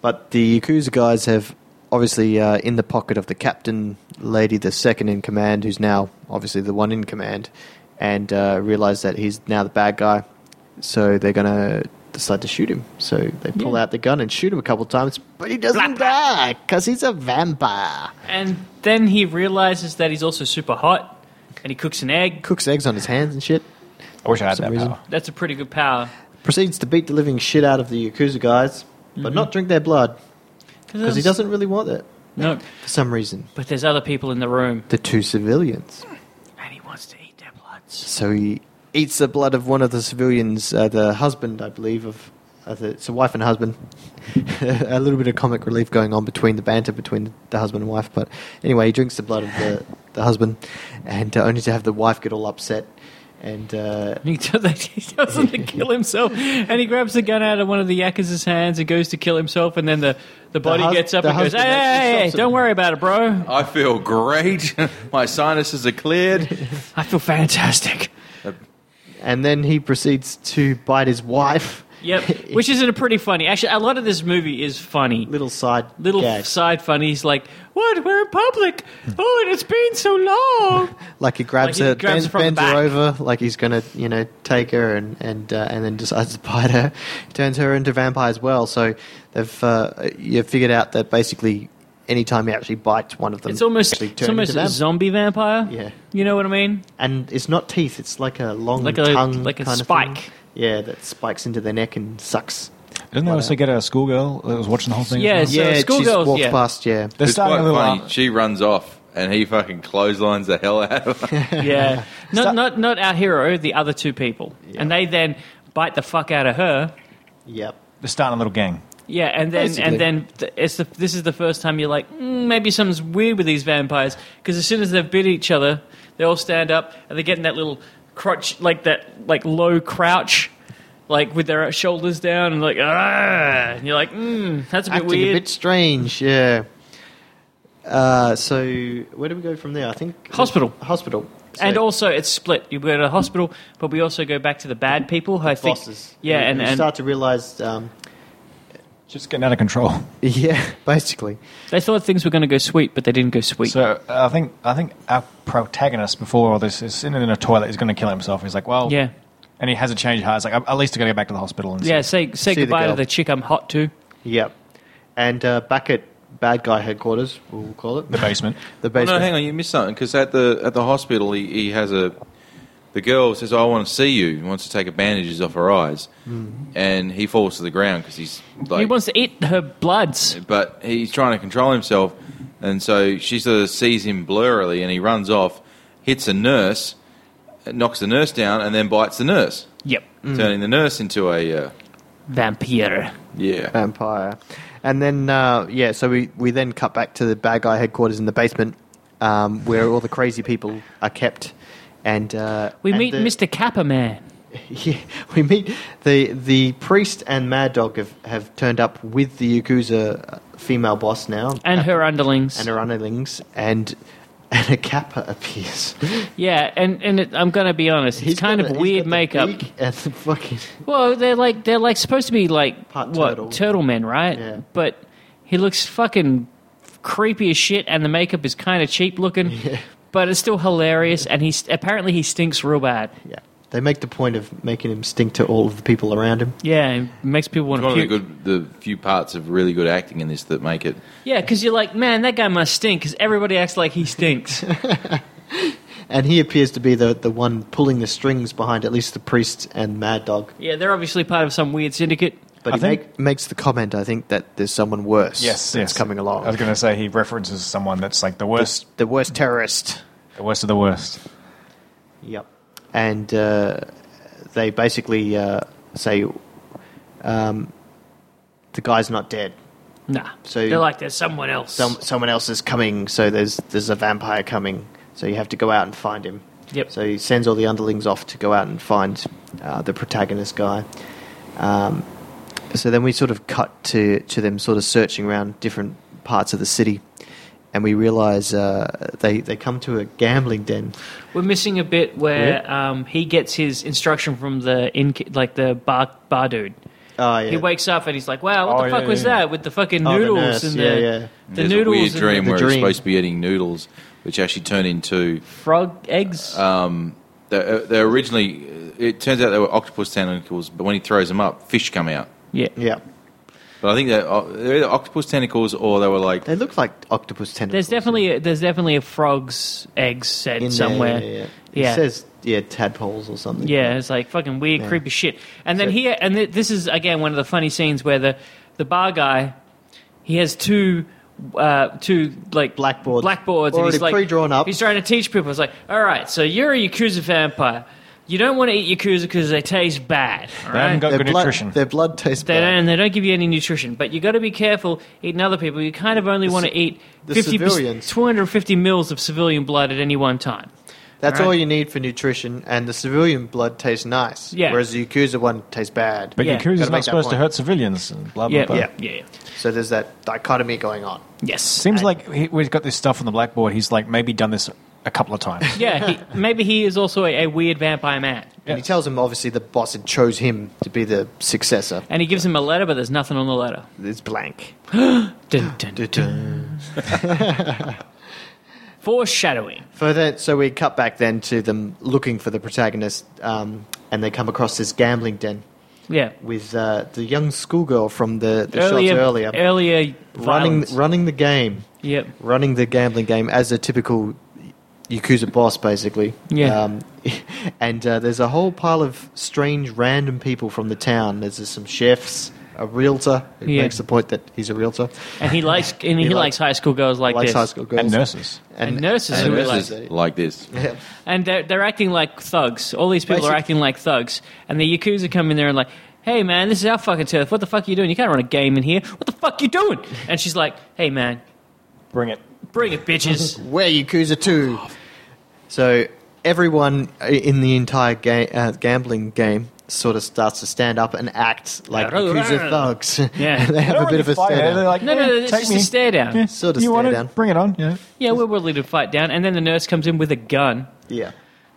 Speaker 6: But the yakuza guys have obviously uh, in the pocket of the captain lady, the second in command, who's now obviously the one in command, and uh, realize that he's now the bad guy. So they're gonna decide to shoot him. So they pull out the gun and shoot him a couple times, but he doesn't die because he's a vampire.
Speaker 4: And then he realizes that he's also super hot, and he cooks an egg.
Speaker 6: Cooks eggs on his hands and shit.
Speaker 3: I wish I had
Speaker 6: some
Speaker 3: that
Speaker 6: reason.
Speaker 3: power.
Speaker 4: That's a pretty good power.
Speaker 6: Proceeds to beat the living shit out of the yakuza guys, but not drink their blood because he doesn't really want it
Speaker 4: No,
Speaker 6: for some reason.
Speaker 4: but there's other people in the room,
Speaker 6: The two civilians.
Speaker 4: and he wants to eat their bloods.
Speaker 6: So he eats the blood of one of the civilians, uh, the husband, I believe, of uh, the, it's a wife and husband. a little bit of comic relief going on between the banter between the husband and wife, but anyway, he drinks the blood of the, the husband, and uh, only to have the wife get all upset. And uh,
Speaker 4: And He does- he doesn't to kill himself, and he grabs the gun out of one of the yakuza's hands and goes to kill himself, and then the, the body
Speaker 6: hus-
Speaker 4: gets up
Speaker 6: the
Speaker 4: and goes, "Hey,
Speaker 6: husband actually
Speaker 4: hey, hey,
Speaker 6: stops it.
Speaker 4: don't worry about it, bro.
Speaker 5: I feel great. My sinuses are cleared.
Speaker 4: I feel fantastic."
Speaker 6: and then he proceeds to bite his wife.
Speaker 4: Yep, which isn't a pretty funny. Actually, a lot of this movie is funny.
Speaker 6: little side
Speaker 4: Little
Speaker 6: gag,
Speaker 4: side funnies like, "What? We're in public. Oh, and it's been so long."
Speaker 6: like he grabs
Speaker 4: like he
Speaker 6: her,
Speaker 4: grabs
Speaker 6: bends,
Speaker 4: her from the
Speaker 6: bends her
Speaker 4: back.
Speaker 6: over, like he's gonna, you know, take her and and uh, and then decides to bite her, turns her into a vampire as well. So they've uh, you figured out that basically anytime he actually bites one of them,
Speaker 4: It's almost
Speaker 6: actually
Speaker 4: it's
Speaker 6: turn
Speaker 4: almost
Speaker 6: into
Speaker 4: a
Speaker 6: vamp-
Speaker 4: zombie vampire.
Speaker 6: Yeah.
Speaker 4: you know what I mean.
Speaker 6: and it's not teeth; it's like a long
Speaker 4: Like a-
Speaker 6: tongue,
Speaker 4: like a
Speaker 6: kind of
Speaker 4: spike.
Speaker 6: thing. yeah, that spikes into their neck and sucks.
Speaker 3: Didn't they also get a schoolgirl that was watching the whole thing? as
Speaker 4: Yeah,
Speaker 3: well?
Speaker 4: So
Speaker 6: yeah, she
Speaker 4: uh, schoolgirls,
Speaker 6: walks
Speaker 4: yeah.
Speaker 6: past. Yeah,
Speaker 3: They're
Speaker 5: It's
Speaker 3: starting uh,
Speaker 5: quite
Speaker 3: to level
Speaker 5: funny.
Speaker 3: up.
Speaker 5: She runs off, and he fucking clotheslines the hell out of her.
Speaker 4: Yeah, not
Speaker 3: Stop-
Speaker 4: not not our hero, the other two people, and they then bite the fuck out of her.
Speaker 6: yep.
Speaker 3: They're starting a little gang.
Speaker 4: Yeah, and then
Speaker 6: Basically.
Speaker 4: and then th- it's the, this is the first time you're like mm, maybe something's weird with these vampires because as soon as they've bit each other, they all stand up and they get in that little crotch like that like low crouch. Like with their shoulders down and like, ah, and you're like, mm, that's a bit
Speaker 6: acting
Speaker 4: weird.
Speaker 6: a bit strange. Yeah. Uh, so where do we go from there? I think
Speaker 4: Hospital.
Speaker 6: Hospital. So-
Speaker 4: and also, it's split. You go to the hospital, but we also go back to the bad people. Who I think,
Speaker 6: bosses.
Speaker 4: yeah,
Speaker 6: You-
Speaker 4: and,
Speaker 6: you
Speaker 4: and
Speaker 6: start to realize, um,
Speaker 3: Just getting out of control.
Speaker 6: yeah, basically,
Speaker 4: they thought things were going to go sweet, but they didn't go sweet.
Speaker 3: So uh, I think I think our protagonist before all this is sitting in a toilet. He's going to kill himself. He's like, well,
Speaker 4: Yeah.
Speaker 3: And he has a change of heart. He's like, at least I got to go back to the hospital. And
Speaker 4: yeah,
Speaker 3: see.
Speaker 4: say say
Speaker 6: See the
Speaker 4: goodbye to
Speaker 6: girl.
Speaker 4: the chick I'm hot to.
Speaker 6: yep. And uh, back at bad guy headquarters, we'll call it
Speaker 3: the basement.
Speaker 4: Oh,
Speaker 6: The
Speaker 5: Well, no,
Speaker 6: basement.
Speaker 5: hang on, you missed something because at the at the hospital, he, he has a the girl says, "I want to see you." He wants to take her bandages off her eyes, and he falls to the ground because he's like,
Speaker 4: Hmm. he wants to eat her bloods.
Speaker 5: but he's trying to control himself, and so she sort of sees him blurrily, and he runs off, hits a nurse, knocks the nurse down, and then bites the nurse,
Speaker 4: Yep,
Speaker 5: turning the nurse into a uh,
Speaker 4: vampire.
Speaker 5: yeah.
Speaker 6: vampire. And then uh, yeah, so we, we then cut back to the bad guy headquarters in the basement, um, where all the crazy people are kept. And uh,
Speaker 4: We
Speaker 6: and
Speaker 4: meet
Speaker 6: the-
Speaker 4: Mr. Kappa Man.
Speaker 6: Yeah, we meet the the priest and Mad Dog have, have turned up with the Yakuza uh, female boss now,
Speaker 4: And her underlings.
Speaker 6: and her underlings, and and a kappa appears.
Speaker 4: yeah, and, and it, I'm going to be honest, it's
Speaker 6: He's
Speaker 4: kind
Speaker 6: got
Speaker 4: of
Speaker 6: the- he's
Speaker 4: weird
Speaker 6: got the
Speaker 4: makeup.
Speaker 6: beak And the fucking
Speaker 4: Well, they're like they're like supposed to be like
Speaker 6: Part
Speaker 4: what
Speaker 6: turtle.
Speaker 4: men, right?
Speaker 6: Yeah.
Speaker 4: But he looks fucking creepy as shit, and the makeup is kind of cheap looking. But it's still hilarious, and he's apparently he stinks real bad.
Speaker 6: yeah, they make the point of making him stink to all of the people around him.
Speaker 4: Yeah, it makes people want
Speaker 5: One
Speaker 4: to
Speaker 5: of the
Speaker 4: puke.
Speaker 5: good, the few parts of really good acting in this that make it.
Speaker 4: Yeah, because you're like, man, that guy must stink, because everybody acts like he stinks.
Speaker 6: And he appears to be the the one pulling the strings behind at least the priest and Mad Dog.
Speaker 4: yeah, they're obviously part of some weird syndicate.
Speaker 6: But
Speaker 3: I
Speaker 6: he
Speaker 3: think-
Speaker 6: make, makes the comment, I think, that there's someone worse.
Speaker 3: Yes,
Speaker 6: that's
Speaker 3: yes.
Speaker 6: coming along.
Speaker 3: I was going to say he references someone that's like the worst,
Speaker 6: the worst terrorist.
Speaker 3: the worst of the worst.
Speaker 6: Yep. And uh, they basically uh, say um, the guy's not dead.
Speaker 4: Nah,
Speaker 6: So-
Speaker 4: they're like, there's someone else.
Speaker 6: Some, someone else is coming, so there's there's a vampire coming. So you have to go out and find him.
Speaker 4: Yep.
Speaker 6: So he sends all the underlings off to go out and find uh, the protagonist guy. Um, so then we sort of cut to to them sort of searching around different parts of the city, and we realize uh, they they come to a gambling den.
Speaker 4: We're missing a bit where um, he gets his instruction from the in- like the bar bar dude.
Speaker 6: Oh, yeah.
Speaker 4: He wakes up and he's like, "Wow, what
Speaker 3: Oh,
Speaker 4: the fuck
Speaker 3: yeah,
Speaker 4: was
Speaker 3: yeah.
Speaker 4: that with the fucking
Speaker 6: Oh, the
Speaker 4: noodles
Speaker 6: nurse,
Speaker 4: and the
Speaker 6: yeah, yeah.
Speaker 4: the
Speaker 5: There's
Speaker 4: noodles
Speaker 5: a weird
Speaker 4: and
Speaker 5: dream
Speaker 6: the
Speaker 5: where
Speaker 6: dream.
Speaker 5: it's supposed to be eating noodles, which actually turn into
Speaker 4: the frog eggs?"
Speaker 5: they're, they're uh, originally. uh, It turns out they were octopus tentacles, but when he throws them up, fish come out.
Speaker 4: yeah.
Speaker 6: yeah.
Speaker 5: But I think they're, uh, they're either octopus tentacles or they were like
Speaker 6: They look like octopus tentacles.
Speaker 4: There's definitely a, there's definitely a frog's egg set
Speaker 6: in there,
Speaker 4: somewhere.
Speaker 6: yeah, yeah, yeah.
Speaker 4: Yeah.
Speaker 6: It says yeah tadpoles or something.
Speaker 4: Yeah, it's like fucking weird,
Speaker 6: Yeah.
Speaker 4: creepy shit. And then
Speaker 6: So-
Speaker 4: here, and th- this is again one of the funny scenes where the the bar guy he has two. Uh, two like
Speaker 6: Blackboards.
Speaker 4: blackboards, and
Speaker 6: Already
Speaker 4: he's like
Speaker 6: pre-drawn up.
Speaker 4: He's trying to teach people. It's like, all right, so you're a yakuza vampire. You don't want to eat yakuza because they taste bad. all
Speaker 3: They haven't
Speaker 4: right?
Speaker 3: got
Speaker 6: Their
Speaker 3: good
Speaker 6: blood,
Speaker 3: nutrition.
Speaker 6: Their blood tastes
Speaker 4: They
Speaker 6: bad.
Speaker 4: don't, and they don't give you any nutrition. But you got to be careful eating other people. You kind of only
Speaker 6: The
Speaker 4: want
Speaker 6: ci-
Speaker 4: to eat
Speaker 6: the
Speaker 4: 50,
Speaker 6: civilians.
Speaker 4: 250 mils of civilian blood at any one time.
Speaker 6: That's
Speaker 4: Right.
Speaker 6: all you need for nutrition, and the civilian blood tastes nice.
Speaker 4: Yeah.
Speaker 6: Whereas the Yakuza one tastes bad.
Speaker 3: but
Speaker 4: yeah,
Speaker 3: Yakuza's
Speaker 6: gotta make
Speaker 3: not
Speaker 6: that
Speaker 3: supposed to
Speaker 6: point.
Speaker 3: hurt civilians. and Blah, blah,
Speaker 4: Yeah,
Speaker 3: blah.
Speaker 4: yeah, yeah, yeah.
Speaker 6: So there's that dichotomy going on.
Speaker 4: Yes.
Speaker 3: Seems like he, we've got this stuff on the blackboard. He's like maybe done this a couple of times.
Speaker 4: Yeah, he, maybe he is also a, a weird vampire man.
Speaker 6: And he tells him, obviously, the boss had chose him to be the successor.
Speaker 4: And he gives him a letter, but there's nothing on the letter.
Speaker 6: It's blank.
Speaker 4: Dun, dun, dun. Foreshadowing.
Speaker 6: Further, so we cut back then to them looking for the protagonist, um, and they come across this gambling den
Speaker 4: Yeah.
Speaker 6: with uh, the young schoolgirl from the, the shots earlier,
Speaker 4: Earlier.
Speaker 6: running
Speaker 4: Running.
Speaker 6: running the game,
Speaker 4: Yep.
Speaker 6: running the gambling game as a typical Yakuza boss, basically.
Speaker 4: Yeah.
Speaker 6: Um, and uh, there's a whole pile of strange, random people from the town. There's uh, some chefs, a realtor who
Speaker 4: Yeah.
Speaker 6: makes the point that he's a realtor,
Speaker 4: And he likes and he,
Speaker 6: He
Speaker 4: likes,
Speaker 6: likes-
Speaker 4: high school girls like
Speaker 6: likes
Speaker 4: this.
Speaker 6: high school girls,
Speaker 3: and nurses.
Speaker 4: And nurses
Speaker 5: and
Speaker 4: who are
Speaker 5: this
Speaker 4: like
Speaker 5: is like this.
Speaker 4: And they're, they're acting like thugs. All these people are
Speaker 6: Basic-
Speaker 4: acting like thugs. And the Yakuza come in there and like, hey man, this is our fucking turf. What the fuck are you doing? You can't run a game in here. What the fuck you doing? And she's like, hey man,
Speaker 3: Bring it.
Speaker 4: bring it, bitches.
Speaker 6: We're Yakuza 2. So everyone i- in the entire ga- uh, gambling game sort of starts to stand up and act like
Speaker 4: Yeah.
Speaker 6: Yakuza thugs.
Speaker 4: Yeah.
Speaker 6: And they have a bit of a stare
Speaker 3: eh?
Speaker 6: down.
Speaker 4: No, no, no, it's just a stare down.
Speaker 6: Sort of
Speaker 3: you
Speaker 6: stare
Speaker 3: want it?
Speaker 6: down.
Speaker 3: Bring it on. Yeah.
Speaker 4: Yeah, we're willing to fight down. And then the nurse comes in with a gun.
Speaker 6: Yeah.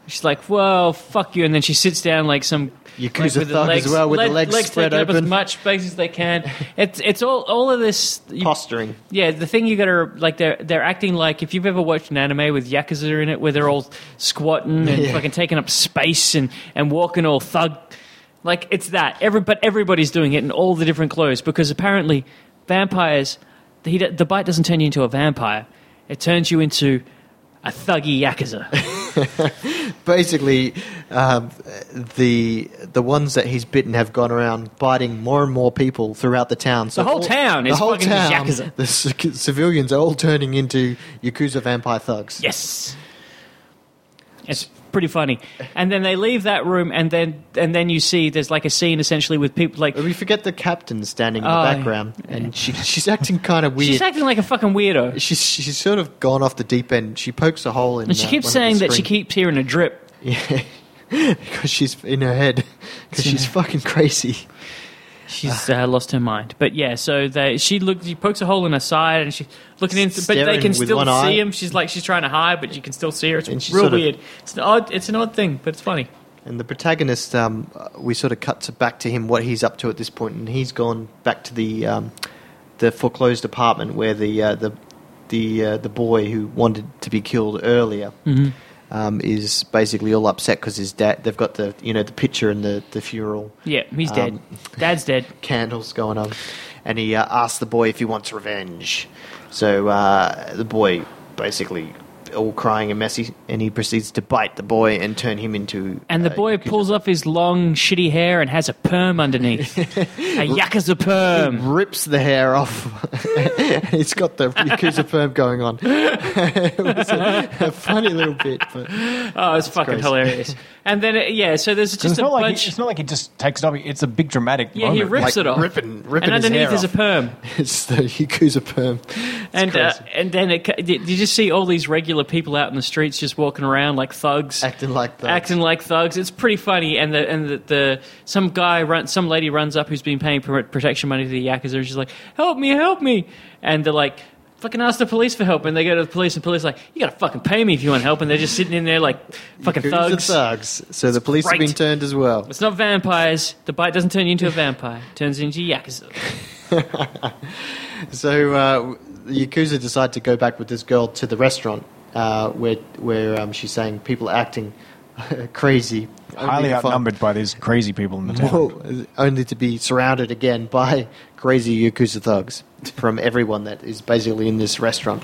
Speaker 4: She's like, well, fuck you. And then she sits down like some
Speaker 6: Yakuza
Speaker 4: like with the
Speaker 6: thug as
Speaker 4: legs-
Speaker 6: well, with the
Speaker 4: leg-
Speaker 6: legs spread
Speaker 4: taken Up as
Speaker 6: open.
Speaker 4: much space as they can. It's it's all all of this you-
Speaker 6: Posturing.
Speaker 4: Yeah, the thing you gotta like they're they're acting like if you've ever watched an anime with yakuza in it, where they're all squatting and
Speaker 6: Yeah.
Speaker 4: fucking taking up space and and walking all thug, like it's that. Every but everybody's doing it in all the different clothes because apparently vampires, the he, the bite doesn't turn you into a vampire, it turns you into a thuggy yakuza.
Speaker 6: Basically, um, the the ones that he's bitten have gone around biting more and more people throughout the town. So
Speaker 4: The whole
Speaker 6: all-
Speaker 4: town
Speaker 6: the
Speaker 4: is
Speaker 6: whole
Speaker 4: fucking just
Speaker 6: town,
Speaker 4: Yakuza.
Speaker 6: The c- civilians are all turning into Yakuza vampire thugs.
Speaker 4: Yes. It's pretty funny. And then they leave that room and then and then you see there's like a scene essentially with people like
Speaker 6: We forget the captain standing in
Speaker 4: Oh,
Speaker 6: the background, and she, she's acting kind of weird.
Speaker 4: she's acting like a fucking weirdo.
Speaker 6: she's she's sort of gone off the deep end. She pokes a hole in.
Speaker 4: And she
Speaker 6: uh,
Speaker 4: keeps
Speaker 6: one of
Speaker 4: saying
Speaker 6: the
Speaker 4: that she keeps hearing a drip.
Speaker 6: screen- yeah, because she's in her head because she's fucking crazy.
Speaker 4: She's uh, lost her mind. But yeah, so they, she look she pokes a hole in her side and she's looking into but they
Speaker 6: Staring
Speaker 4: can
Speaker 6: with
Speaker 4: still
Speaker 6: one eye.
Speaker 4: see him. She's like she's trying to hide but you can still see her. It's
Speaker 6: And she
Speaker 4: real
Speaker 6: sort of-
Speaker 4: weird. It's an odd it's an odd thing, but it's funny.
Speaker 6: And the protagonist, um, uh, we sort of cut to back to him what he's up to at this point, and he's gone back to the um, the foreclosed apartment where the uh, the the uh, the boy who wanted to be killed earlier.
Speaker 4: Mm-hmm.
Speaker 6: Um, is basically all upset because his dad. They've got the you know the picture and the the funeral.
Speaker 4: Yeah, he's
Speaker 6: Um,
Speaker 4: dead. Dad's dead.
Speaker 6: candles going on, and he uh, asks the boy if he wants revenge. So uh, the boy basically all crying and messy, and he proceeds to bite the boy and turn him into.
Speaker 4: And the
Speaker 6: uh,
Speaker 4: boy
Speaker 6: Yakuza.
Speaker 4: pulls off his long, shitty hair and has a perm underneath. a yakuza perm.
Speaker 6: rips the hair off. it's got the Yakuza perm going on. it was a, a funny little bit, but
Speaker 4: Oh, it's fucking
Speaker 6: crazy.
Speaker 4: hilarious. And then, it, yeah, so there's
Speaker 3: It's
Speaker 4: just a
Speaker 3: not, like
Speaker 4: bunch.
Speaker 3: he, it's not like he just takes it off. It's a big dramatic
Speaker 4: yeah, he
Speaker 3: moment.
Speaker 4: rips
Speaker 6: like
Speaker 4: it off.
Speaker 6: ripping- ripping
Speaker 4: and
Speaker 6: his
Speaker 4: underneath
Speaker 6: hair
Speaker 4: is a
Speaker 6: off.
Speaker 4: perm.
Speaker 6: it's the Yakuza perm. It's
Speaker 4: and uh,
Speaker 6: crazy.
Speaker 4: and then it, ca- you you just see all these regular people out in the streets just walking around like thugs.
Speaker 6: acting like that.
Speaker 4: acting like thugs. It's pretty funny, and the and the, the some guy run, some lady runs up who's been paying pr- protection money to the yakuza, and she's like, "Help me, help me!" And they're like, fucking ask the police for help, and they go to the police, and police are like, you gotta fucking pay me if you want help, and they're just sitting in there like fucking
Speaker 6: Yakuza
Speaker 4: thugs.
Speaker 6: thugs. So the police have
Speaker 4: great.
Speaker 6: been turned as well.
Speaker 4: It's not vampires. The bite doesn't turn you into a vampire. It turns you into yakuza.
Speaker 6: So uh, the Yakuza decide to go back with this girl to the restaurant uh, where where um, she's saying people are acting crazy. only
Speaker 3: Highly
Speaker 6: to find-
Speaker 3: outnumbered by these crazy people in the town.
Speaker 6: Whoa, only to be surrounded again by crazy Yakuza thugs from everyone that is basically in this restaurant.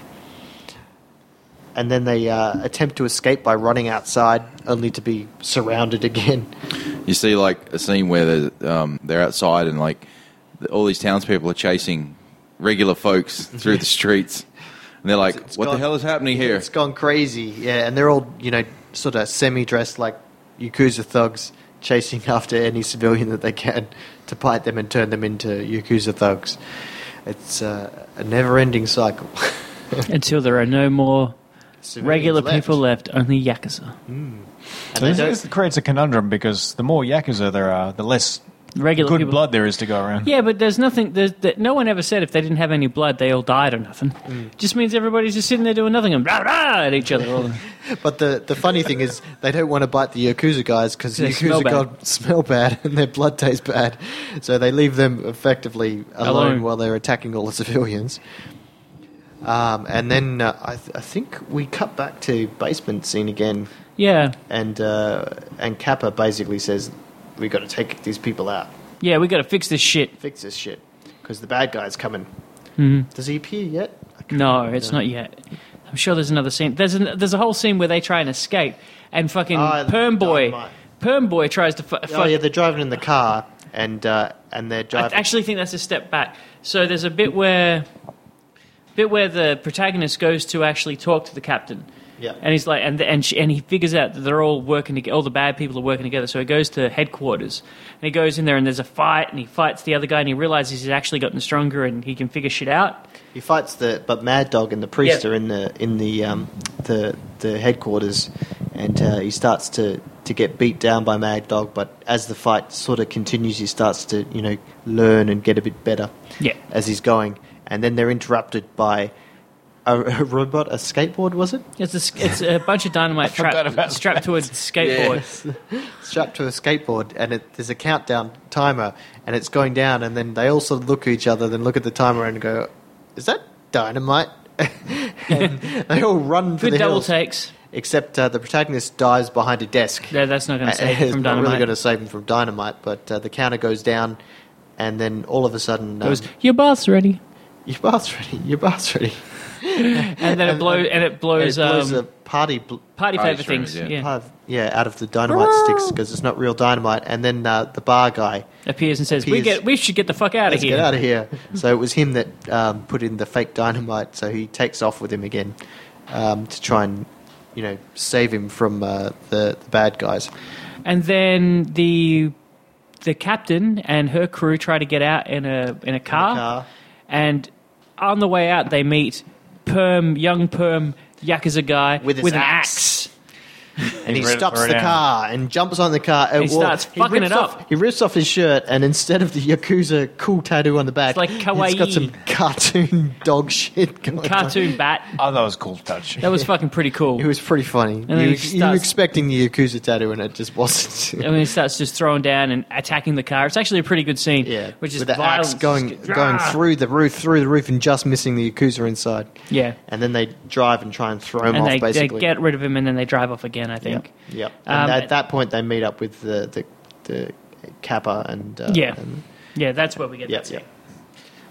Speaker 6: And then they uh, attempt to escape by running outside, only to be surrounded again.
Speaker 5: You see, like a scene where they're, um, they're outside and like th- all these townspeople are chasing regular folks through the streets, and they're like,
Speaker 6: It's
Speaker 5: "What the
Speaker 6: gone-
Speaker 5: hell is happening here?"
Speaker 6: It's gone crazy, yeah. And they're all, you know, sort of semi dressed like Yakuza thugs, chasing after any civilian that they can to bite them and turn them into Yakuza thugs. It's uh, a never ending cycle.
Speaker 4: Until there are no more
Speaker 6: Civilians
Speaker 4: regular
Speaker 6: left.
Speaker 4: people left, only yakuza.
Speaker 6: And
Speaker 3: So
Speaker 6: they
Speaker 3: this,
Speaker 6: don't-
Speaker 3: this creates a conundrum because the more yakuza there are, the less
Speaker 4: Regular
Speaker 3: good
Speaker 4: people.
Speaker 3: blood there is to go around.
Speaker 4: Yeah, but there's nothing. There's, that no one ever said if they didn't have any blood, they all died or nothing.
Speaker 6: Mm.
Speaker 4: Just means everybody's just sitting there doing nothing and rah rah at each other. all the-
Speaker 6: But the, the funny thing is, they don't want to bite the Yakuza guys because
Speaker 4: They
Speaker 6: Yakuza
Speaker 4: smell bad.
Speaker 6: God smell bad and their blood tastes bad. So they leave them effectively alone,
Speaker 4: Alone.
Speaker 6: while they're attacking all the civilians. Um, and then uh, I, th- I think we cut back to basement scene again,
Speaker 4: yeah,
Speaker 6: and uh, and Kappa basically says, "We got to take these people out,
Speaker 4: yeah, we got to fix this shit.
Speaker 6: fix this shit, because the bad guy's coming."
Speaker 4: Mm-hmm.
Speaker 6: Does he appear yet? I can't-
Speaker 4: No, it's not yet. I'm sure there's another scene. There's an, there's a whole scene where they try and escape, and fucking
Speaker 6: Ah,
Speaker 4: perm boy,
Speaker 6: dynamite.
Speaker 4: perm boy tries to. Fu-
Speaker 6: Oh
Speaker 4: fuck-
Speaker 6: yeah, they're driving in the car, and uh, and they're
Speaker 4: I
Speaker 6: driving.
Speaker 4: actually think that's a step back. So there's a bit where, bit where the protagonist goes to actually talk to the captain.
Speaker 6: Yeah.
Speaker 4: And he's like, and and she, and he figures out that they're all working together. All the bad people are working together. So he goes to headquarters, and he goes in there, and there's a fight, and he fights the other guy, and he realizes he's actually gotten stronger, and he can figure shit out.
Speaker 6: He fights the but Mad Dog and the priest
Speaker 4: Yeah.
Speaker 6: are in the in the um, the the headquarters, and uh, he starts to to get beat down by Mad Dog. But as the fight sort of continues, he starts to you know learn and get a bit better.
Speaker 4: Yeah.
Speaker 6: as he's going, and then they're interrupted by a, a robot, a skateboard was it?
Speaker 4: It's a, s- it's a bunch of dynamite
Speaker 3: forgot
Speaker 4: trap,
Speaker 3: about
Speaker 4: strapped to a skateboard.
Speaker 6: strapped to a skateboard, and it, there's a countdown timer, and it's going down, and then they all sort of look at each other, then look at the timer and go, "Is that dynamite?" and they all run for
Speaker 4: Good
Speaker 6: the
Speaker 4: double
Speaker 6: hills.
Speaker 4: takes.
Speaker 6: Except uh, the protagonist dies behind a desk. Uh,
Speaker 4: No, that's not going to save
Speaker 6: it's
Speaker 4: from
Speaker 6: not
Speaker 4: dynamite.
Speaker 6: really going to save him from dynamite, but uh, the counter goes down, and then all of a sudden, um,
Speaker 4: It was your bath's ready,
Speaker 6: your bath's ready, your bath's ready. um,
Speaker 4: and then it blows, and it blows,
Speaker 6: it blows
Speaker 4: um,
Speaker 6: a party bl-
Speaker 4: party
Speaker 5: Party
Speaker 4: favor things.
Speaker 5: streamers,
Speaker 4: yeah.
Speaker 5: yeah.
Speaker 6: part- yeah, out of the dynamite sticks because it's not real dynamite. And then uh, the bar guy
Speaker 4: appears and says, "We
Speaker 6: Appears.
Speaker 4: get, we should get the fuck out of
Speaker 6: Let's
Speaker 4: here."
Speaker 6: get out of here. So it was him that um, put in the fake dynamite. So he takes off with him again um, to try and, you know, save him from uh, the, the bad guys.
Speaker 4: And then the the captain and her crew try to get out in a in a car,
Speaker 6: car.
Speaker 4: and on the way out they meet Perm, young Perm Yakuza guy
Speaker 6: With his
Speaker 4: an
Speaker 6: axe.
Speaker 4: axe.
Speaker 6: And he
Speaker 3: rips
Speaker 6: stops
Speaker 3: her
Speaker 6: the
Speaker 3: down.
Speaker 6: car and jumps on the car. And
Speaker 4: He
Speaker 6: walks-
Speaker 4: starts fucking
Speaker 6: rips
Speaker 4: it
Speaker 6: off-
Speaker 4: up.
Speaker 6: he rips off his shirt, and instead of the Yakuza cool tattoo on the back,
Speaker 4: It's like
Speaker 6: he's got
Speaker 4: kawaii.
Speaker 6: some cartoon dog shit going on.
Speaker 4: Cartoon bat.
Speaker 3: Oh, that was cool touch.
Speaker 4: That was fucking pretty cool.
Speaker 6: It was pretty funny.
Speaker 4: then
Speaker 6: you,
Speaker 4: he
Speaker 6: you were
Speaker 4: starts-
Speaker 6: expecting the Yakuza tattoo, and it just wasn't.
Speaker 4: and when he starts just throwing down and attacking the car. It's actually a pretty good scene.
Speaker 6: Yeah,
Speaker 4: which is
Speaker 6: with the
Speaker 4: violence.
Speaker 6: axe going
Speaker 4: Just get- Ah!
Speaker 6: going
Speaker 4: Rah!
Speaker 6: through the roof, through the roof, and just missing the Yakuza inside.
Speaker 4: Yeah,
Speaker 6: and then they drive and try and throw him
Speaker 4: and
Speaker 6: off.
Speaker 4: they, they
Speaker 6: basically,
Speaker 4: get rid of him, and then they drive off again. I think.
Speaker 6: yeah.
Speaker 4: Um,
Speaker 6: And at that point, they meet up with the the, the Kappa and uh,
Speaker 4: Yeah,
Speaker 6: and,
Speaker 4: yeah, that's where we get
Speaker 6: yeah,
Speaker 4: that
Speaker 6: yeah.
Speaker 4: scene.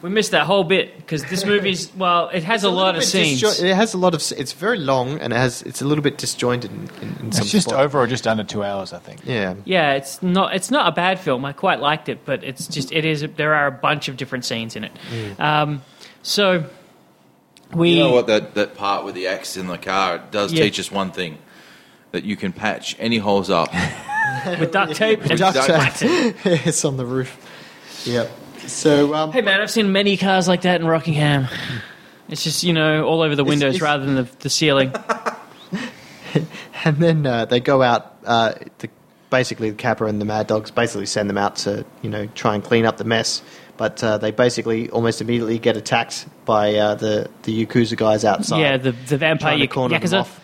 Speaker 4: We missed that whole bit because this movie's well, it has a, lot of
Speaker 6: It's a bit
Speaker 4: scenes.
Speaker 6: disjoint- it has a lot of. s- It's very long, and it has. It's a little bit disjointed. In, in, in some
Speaker 3: It's just
Speaker 6: spots.
Speaker 3: over or just under two hours, I think.
Speaker 6: Yeah.
Speaker 4: yeah, it's not it's not a bad film. I quite liked it, but it's just it is there are a bunch of different scenes in it. Um, so we
Speaker 5: You know what? That, that part with the axe in the car it does
Speaker 4: Yeah.
Speaker 5: teach us one thing that you can patch any holes up.
Speaker 4: with duct tape. and
Speaker 6: Duct
Speaker 4: wax
Speaker 6: tape.
Speaker 4: it.
Speaker 6: it's on the roof. Yep. So um,
Speaker 4: Hey man, I've seen many cars like that in Rockingham. It's just you know all over the windows
Speaker 6: it's-
Speaker 4: rather than the, the ceiling.
Speaker 6: and then uh, they go out. Uh, the basically the Kappa and the Mad Dogs basically send them out to you know try and clean up the mess. But uh, they basically almost immediately get attacked by uh, the the Yakuza guys outside.
Speaker 4: Yeah, the the vampire
Speaker 6: Trying to
Speaker 4: yak-
Speaker 6: corner them
Speaker 4: yakuza.
Speaker 6: off.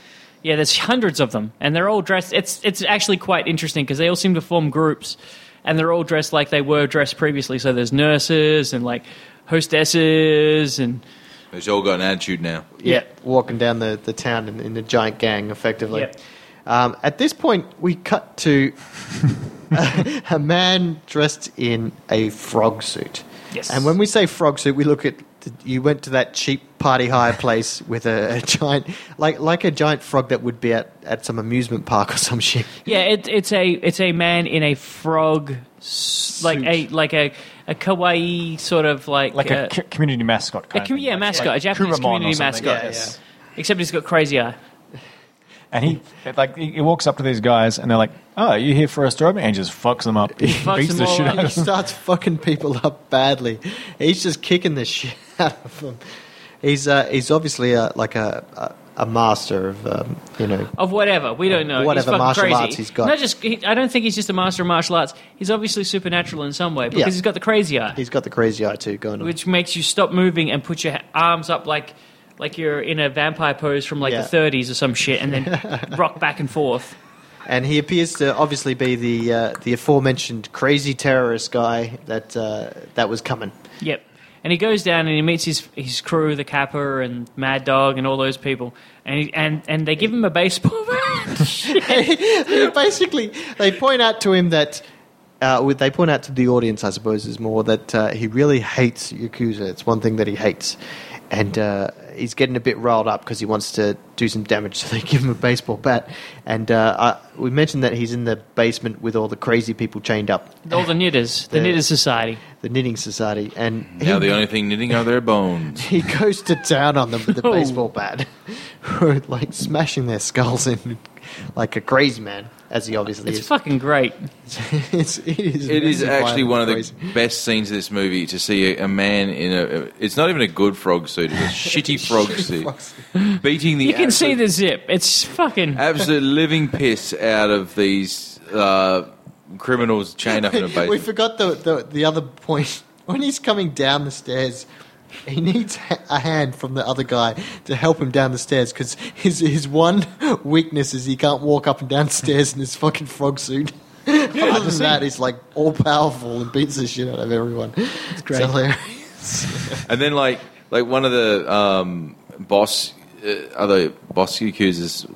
Speaker 4: Yeah, there's hundreds of them, and they're all dressed. It's it's actually quite interesting because they all seem to form groups, and they're all dressed like they were dressed previously. So there's nurses and like hostesses and
Speaker 5: They've all got an attitude now.
Speaker 6: yeah, walking down the, the town in, in a giant gang, effectively.
Speaker 4: Yep.
Speaker 6: Um, at this point, we cut to a, man dressed in a frog suit.
Speaker 4: Yes.
Speaker 6: And when we say frog suit, we look at the, you went to that cheap party hire place with a, a giant, like like a giant frog that would be at, at some amusement park or some shit.
Speaker 4: yeah, it, it's a it's a man in a frog, s- like a like a a kawaii sort of like
Speaker 3: like
Speaker 4: uh,
Speaker 3: a co- community mascot kind
Speaker 4: a com-
Speaker 3: of thing.
Speaker 4: yeah,
Speaker 3: Like-
Speaker 4: mascot,
Speaker 3: like
Speaker 4: a Japanese
Speaker 3: Kurumon or
Speaker 4: community
Speaker 3: something.
Speaker 4: mascot.
Speaker 6: Yeah, yeah.
Speaker 4: except he's got crazy eye.
Speaker 3: And he like he he walks up to these guys and they're like, "Oh, you here for a storm?" And he just fucks them up. He
Speaker 4: fucks
Speaker 3: beats
Speaker 4: them
Speaker 3: the
Speaker 4: all up.
Speaker 3: shit out
Speaker 6: he
Speaker 3: of them.
Speaker 6: starts fucking people up badly. He's just kicking the shit out of them. He's uh, he's obviously a, like a, a a master of um, you know
Speaker 4: of whatever. We don't know.
Speaker 6: Whatever
Speaker 4: he's fucking
Speaker 6: martial
Speaker 4: crazy.
Speaker 6: arts he's got.
Speaker 4: Not just. He, I don't think he's just a master of martial arts. He's obviously supernatural in some way because
Speaker 6: Yeah.
Speaker 4: he's got the crazy eye,
Speaker 6: he's got the crazy eye too going on.
Speaker 4: which makes you stop moving and put your ha- arms up like like you're in a vampire pose from like
Speaker 6: Yeah.
Speaker 4: the 30s or some shit, and then rock back and forth.
Speaker 6: and he appears to obviously be the uh, the aforementioned crazy terrorist guy that uh, that was coming.
Speaker 4: Yep. And he goes down and he meets his his crew, the Kappa and Mad Dog and all those people, and he, and and they give him a baseball bat.
Speaker 6: Basically, they point out to him that. Uh, with- they point out to the audience, I suppose, is more that uh, he really hates Yakuza. It's one thing that he hates. And uh, he's getting a bit riled up because he wants to do some damage, so they give him a baseball bat. And uh, I, we mentioned that he's in the basement with all the crazy people chained up,
Speaker 4: all the knitters, the,
Speaker 6: The-
Speaker 4: knitters society.
Speaker 6: the Knitting Society. And
Speaker 5: Now
Speaker 6: he-
Speaker 5: the only thing knitting are their bones.
Speaker 6: he goes to town on them with the
Speaker 4: No.
Speaker 6: baseball bat, like smashing their skulls in, like a crazy man, as he obviously
Speaker 4: It's
Speaker 6: is.
Speaker 4: fucking great.
Speaker 6: it's, it is.
Speaker 5: It is
Speaker 6: really
Speaker 5: actually
Speaker 6: violent
Speaker 5: one of the
Speaker 6: crazy.
Speaker 5: best scenes of this movie to see a, a man in a. It's not even a good frog suit; it's a shitty frog suit, beating the.
Speaker 4: You can see
Speaker 5: absolute-
Speaker 4: the zip. It's fucking.
Speaker 5: absolute living piss out of these uh, criminals chained up in a
Speaker 6: We
Speaker 5: basement.
Speaker 6: forgot the, the the other point when he's coming down the stairs. He needs ha- a hand from the other guy to help him down the stairs because his his one weakness is he can't walk up and down stairs in his fucking frog suit. Other than that, he's like all powerful and beats the shit out of everyone. It's
Speaker 4: great.
Speaker 6: hilarious.
Speaker 5: And then, like, like one of the um, boss, uh, other boss accusers,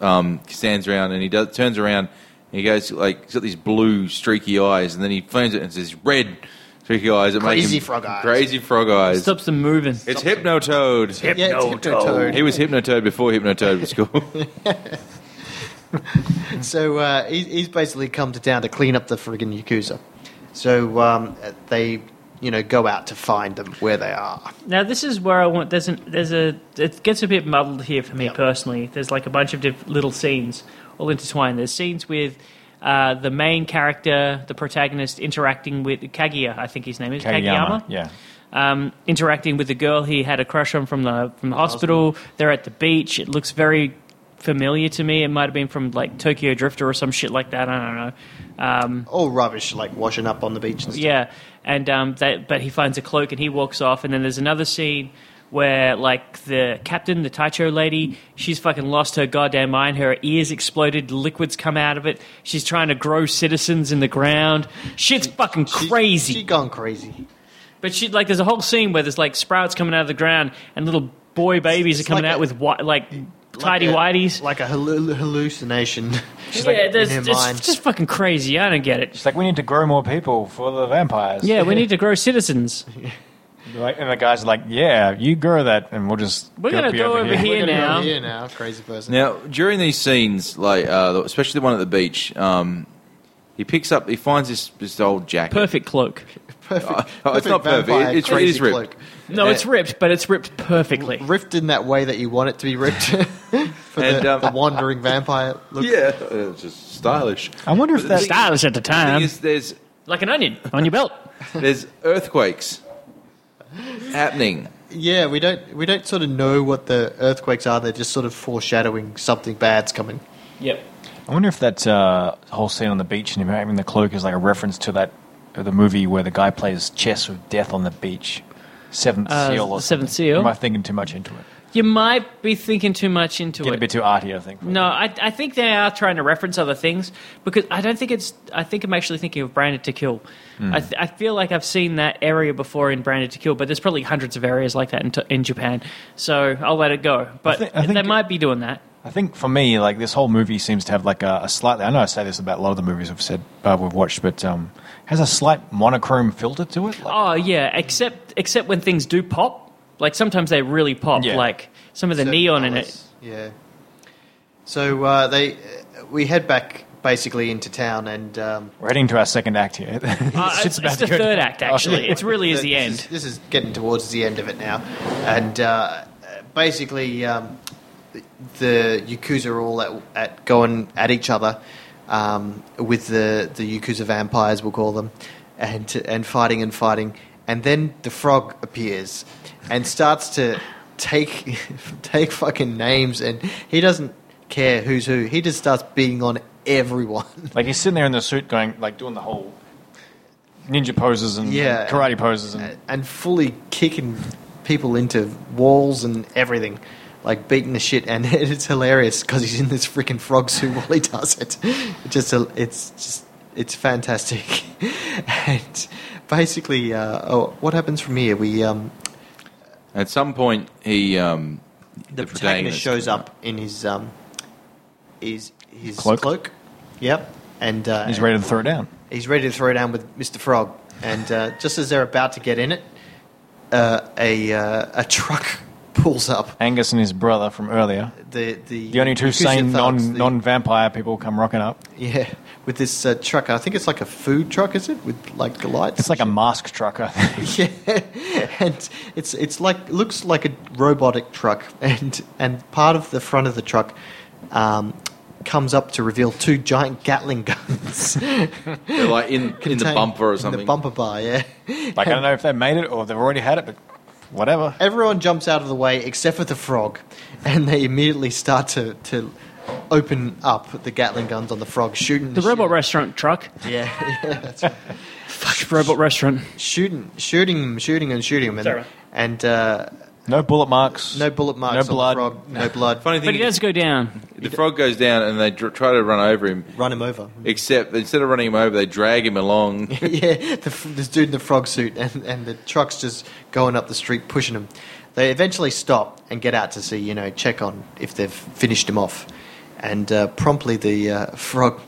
Speaker 5: um, stands around and he does, turns around and he goes like he's got these blue streaky eyes, and then he phones it and says red streaky eyes. That make
Speaker 6: Crazy
Speaker 5: him-
Speaker 6: frog eyes.
Speaker 5: Crazy frog eyes.
Speaker 4: Stops them moving.
Speaker 5: It's Hypnotoad.
Speaker 6: Yeah, it's Hypnotoad.
Speaker 5: He was Hypnotoad before Hypnotoad was cool.
Speaker 6: So uh, he, he's basically come to town to clean up the friggin' Yakuza. So um, they, you know, go out to find them where they are.
Speaker 4: Now this is where I want. There's an there's a it gets a bit muddled here for me
Speaker 6: Yeah.
Speaker 4: personally. There's like a bunch of diff- little scenes all intertwined. There's scenes with uh, the main character, the protagonist, interacting with Kaguya. I think his name is Kageyama.
Speaker 3: Kageyama, yeah.
Speaker 4: Um, interacting with the girl he had a crush on from the from the hospital. They're at the beach. It looks very familiar to me. It might have been from like Tokyo Drifter or some shit like that. I don't know.
Speaker 6: All rubbish, like washing up on the beach and stuff.
Speaker 4: Yeah, and um, that, but he finds a cloak and he walks off. And then there's another scene where like the captain, the Taicho lady, she's fucking lost her goddamn mind. Her ears exploded, liquids come out of it. She's trying to grow citizens in the ground. Shit's fucking
Speaker 6: She-
Speaker 4: crazy.
Speaker 6: She gone crazy.
Speaker 4: but she like there's a whole scene where there's like sprouts coming out of the ground and little boy babies
Speaker 6: it's
Speaker 4: are coming
Speaker 6: like
Speaker 4: out
Speaker 6: a-
Speaker 4: with wi- like tidy
Speaker 6: like a-
Speaker 4: whities.
Speaker 6: Like a hallu- hallucination.
Speaker 4: yeah, there's,
Speaker 6: in her
Speaker 4: it's
Speaker 6: mind.
Speaker 4: just fucking crazy. I don't get it.
Speaker 3: She's like, "We need to grow more people for the vampires."
Speaker 4: Yeah, we need to grow citizens.
Speaker 3: Like, and the guys are like, "Yeah, you grow that, and we'll just
Speaker 4: We're gonna
Speaker 3: be
Speaker 4: go over here.
Speaker 6: We're gonna go
Speaker 4: now.
Speaker 6: Here now, crazy person.
Speaker 5: now, during these scenes, like uh, especially the one at the beach, um, he picks up, he finds this, this old jacket.
Speaker 4: Perfect cloak.
Speaker 6: perfect,
Speaker 5: Uh, oh, it's not perfect.
Speaker 6: vampire,
Speaker 5: It- it's- it
Speaker 6: crazy
Speaker 5: is ripped.
Speaker 6: bloke.
Speaker 4: No, it's ripped, but it's ripped perfectly.
Speaker 6: Ripped in that way that you want it to be ripped. for
Speaker 5: And,
Speaker 6: the,
Speaker 5: um,
Speaker 6: the wandering vampire look.
Speaker 5: Yeah, uh, it's just stylish.
Speaker 3: I wonder if that
Speaker 4: stylish at the
Speaker 5: The
Speaker 4: time,
Speaker 5: thing is, there's
Speaker 4: like an onion on your belt.
Speaker 5: there's earthquakes happening.
Speaker 6: Yeah, we don't we don't sort of know what the earthquakes are. They're just sort of foreshadowing something bad's coming.
Speaker 4: Yep.
Speaker 3: I wonder if that uh, whole scene on the beach and him having the cloak is like a reference to that uh, the movie where the guy plays chess with death on the beach, Seventh
Speaker 4: Uh,
Speaker 3: Seal. Or
Speaker 4: Seventh
Speaker 3: something.
Speaker 4: Seal.
Speaker 3: Am I thinking too much into it?
Speaker 4: You might be thinking too much into
Speaker 3: Get
Speaker 4: it.
Speaker 3: a bit too arty, I think.
Speaker 4: No, I, I think they are trying to reference other things because I don't think it's. I think I'm actually thinking of Branded to Kill.
Speaker 3: Hmm.
Speaker 4: I, th- I feel like I've seen that area before in Branded to Kill, but there's probably hundreds of areas like that in, t- in Japan. So I'll let it go. But
Speaker 3: thi- I think-
Speaker 4: they might be doing that.
Speaker 3: I think for me, like this whole movie seems to have like a, a slightly. I know I say this about a lot of the movies I've said uh, we've watched, but um, has a slight monochrome filter to it. Like,
Speaker 4: Oh yeah, except except when things do pop. Like sometimes they really pop.
Speaker 3: Yeah.
Speaker 4: Like some of the
Speaker 6: Certain
Speaker 4: neon in it.
Speaker 6: colours, oh, Yeah. So uh, they, uh, we head back basically into town, and um,
Speaker 3: We're heading to our second act here.
Speaker 4: Uh,
Speaker 3: Shit's
Speaker 4: it's,
Speaker 3: about
Speaker 4: it's
Speaker 3: to
Speaker 4: the
Speaker 3: go
Speaker 4: third
Speaker 3: down. Oh,
Speaker 4: act actually. It really is
Speaker 6: th-
Speaker 4: the
Speaker 6: this
Speaker 4: end.
Speaker 6: Is, this is getting towards the end of it now, and uh, uh, basically um, the yakuza are all at, at going at each other um, with the the yakuza vampires, we'll call them, and and fighting and fighting, and then the frog appears and starts to take take fucking names, and he doesn't care who's who. He just starts beating on everyone.
Speaker 3: Like he's sitting there in the suit, going like doing the whole ninja poses and,
Speaker 6: Yeah.
Speaker 3: and karate poses, and
Speaker 6: Uh, and fully kicking people into walls and everything, like beating the shit. And it's hilarious because he's in this freaking frog suit while he does it. It's just, a, it's just, it's fantastic. and basically, uh, oh, what happens from here? We um,
Speaker 5: At some point, he um,
Speaker 6: the, protagonist shows up in his um, his his
Speaker 3: Cloak?
Speaker 6: cloak. Yep, and uh,
Speaker 3: he's ready to throw it down.
Speaker 6: he's ready to throw down with Mr. Frog. And uh, just as they're about to get in it, uh, a uh, a truck pulls up.
Speaker 3: Angus and his brother from earlier,
Speaker 6: The the,
Speaker 3: the only two
Speaker 6: Yakuza
Speaker 3: sane
Speaker 6: thugs,
Speaker 3: non
Speaker 6: the-
Speaker 3: non vampire people, come rocking up.
Speaker 6: yeah with this uh, truck. I think it's like a food truck, is it? With like the lights.
Speaker 3: It's like a mask trucker.
Speaker 6: yeah, and it's it's like looks like a robotic truck, and and part of the front of the truck. Um, comes up to reveal two giant Gatling guns
Speaker 5: They're like in, in the
Speaker 6: Contained
Speaker 5: bumper or
Speaker 6: in
Speaker 5: something.
Speaker 6: the bumper bar, yeah.
Speaker 3: like I don't know if they made it or they've already had it, but whatever.
Speaker 6: Everyone jumps out of the way except for the frog, and they immediately start to, to open up the Gatling guns on the frog, shooting
Speaker 4: The
Speaker 6: shit-
Speaker 4: robot restaurant truck.
Speaker 6: Yeah, yeah, that's right.
Speaker 4: Fuck robot restaurant.
Speaker 6: shooting, shooting, him, shooting, and shooting him,
Speaker 4: Sorry.
Speaker 6: and, and uh,
Speaker 3: No bullet marks.
Speaker 6: no bullet marks,
Speaker 3: No blood.
Speaker 6: on the frog, no blood.
Speaker 5: Funny
Speaker 4: But
Speaker 5: thing
Speaker 4: he
Speaker 5: is,
Speaker 4: does go down.
Speaker 5: the frog goes down and they dr- try to run over him,
Speaker 6: Run him over.
Speaker 5: except instead of running him over, they drag him along.
Speaker 6: yeah, the, f- this dude in the frog suit, and, and the truck's just going up the street pushing him. They eventually stop and get out to see, you know, check on if they've finished him off, and uh, promptly the uh, frog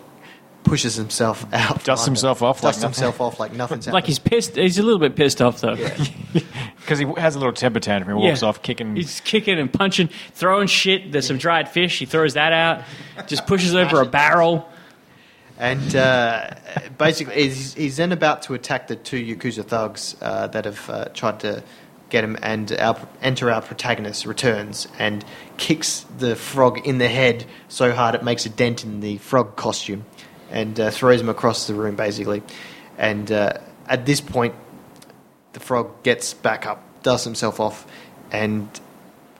Speaker 6: pushes himself out,
Speaker 3: Dusts
Speaker 6: from
Speaker 3: himself
Speaker 6: under-
Speaker 3: off like
Speaker 6: dusts himself off like nothing's
Speaker 4: Like
Speaker 6: happened.
Speaker 4: he's pissed. He's a little bit pissed off though.
Speaker 3: because he has a little temper tantrum. He walks off kicking.
Speaker 4: He's kicking and punching, throwing shit. There's some dried fish. He throws that out. Just pushes over a barrel.
Speaker 6: And uh, basically, he's, he's then about to attack the two Yakuza thugs uh, that have uh, tried to get him, and our, enter our protagonist returns and kicks the frog in the head so hard it makes a dent in the frog costume and uh, throws him across the room, basically. And uh, at this point, the frog gets back up, dusts himself off, and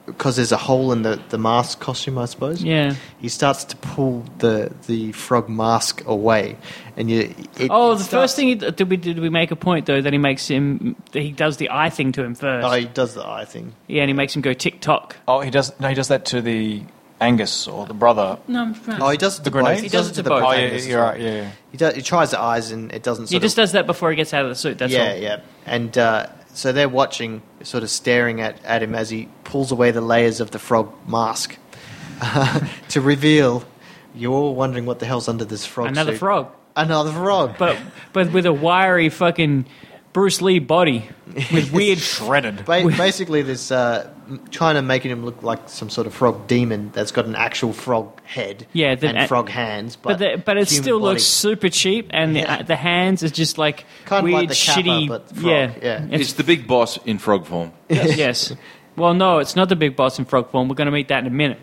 Speaker 6: because there's a hole in the, the mask costume, I suppose.
Speaker 4: Yeah.
Speaker 6: He starts to pull the the frog mask away, and you. It,
Speaker 4: Oh,
Speaker 6: it
Speaker 4: the
Speaker 6: starts-
Speaker 4: first thing he, did we did we make a point though that he makes him that he does the eye thing to him first.
Speaker 6: Oh, he does the eye thing.
Speaker 4: yeah, and he makes him go tick tock.
Speaker 3: oh, he does. No, he does that to the Angus or the brother.
Speaker 4: No, I'm fine.
Speaker 6: Oh, he does it
Speaker 3: The
Speaker 6: to both.
Speaker 3: grenade?
Speaker 6: He does it to the
Speaker 4: both.
Speaker 3: Oh, yeah,
Speaker 6: protagonist as
Speaker 3: you're
Speaker 6: well.
Speaker 3: right. Yeah, yeah.
Speaker 6: He, does, he tries the eyes, and it doesn't.
Speaker 4: he
Speaker 6: Sort
Speaker 4: just
Speaker 6: of,
Speaker 4: does that before he gets out of the suit. That's
Speaker 6: Yeah,
Speaker 4: all.
Speaker 6: yeah, and uh, so they're watching, sort of staring at, at him as he pulls away the layers of the frog mask to reveal. You're all wondering what the hell's under this frog.
Speaker 4: Another
Speaker 6: suit.
Speaker 4: frog,
Speaker 6: Another frog.
Speaker 4: but but with a wiry fucking Bruce Lee body with weird.
Speaker 3: Shredded.
Speaker 6: Ba- basically, this uh, m- China making him look like some sort of frog demon that's got an actual frog head
Speaker 4: Yeah, the-
Speaker 6: and frog hands, but
Speaker 4: But, the, but it
Speaker 6: human
Speaker 4: still
Speaker 6: body.
Speaker 4: looks super cheap, and
Speaker 6: Yeah.
Speaker 4: the, the hands are just like
Speaker 6: Kinda
Speaker 4: weird,
Speaker 6: like the Kappa,
Speaker 4: shitty.
Speaker 6: but frog,
Speaker 4: yeah,
Speaker 6: yeah.
Speaker 5: it's the big boss in frog form.
Speaker 4: Yes. yes. Well, no, it's not the big boss in frog form. We're going to meet that in a minute.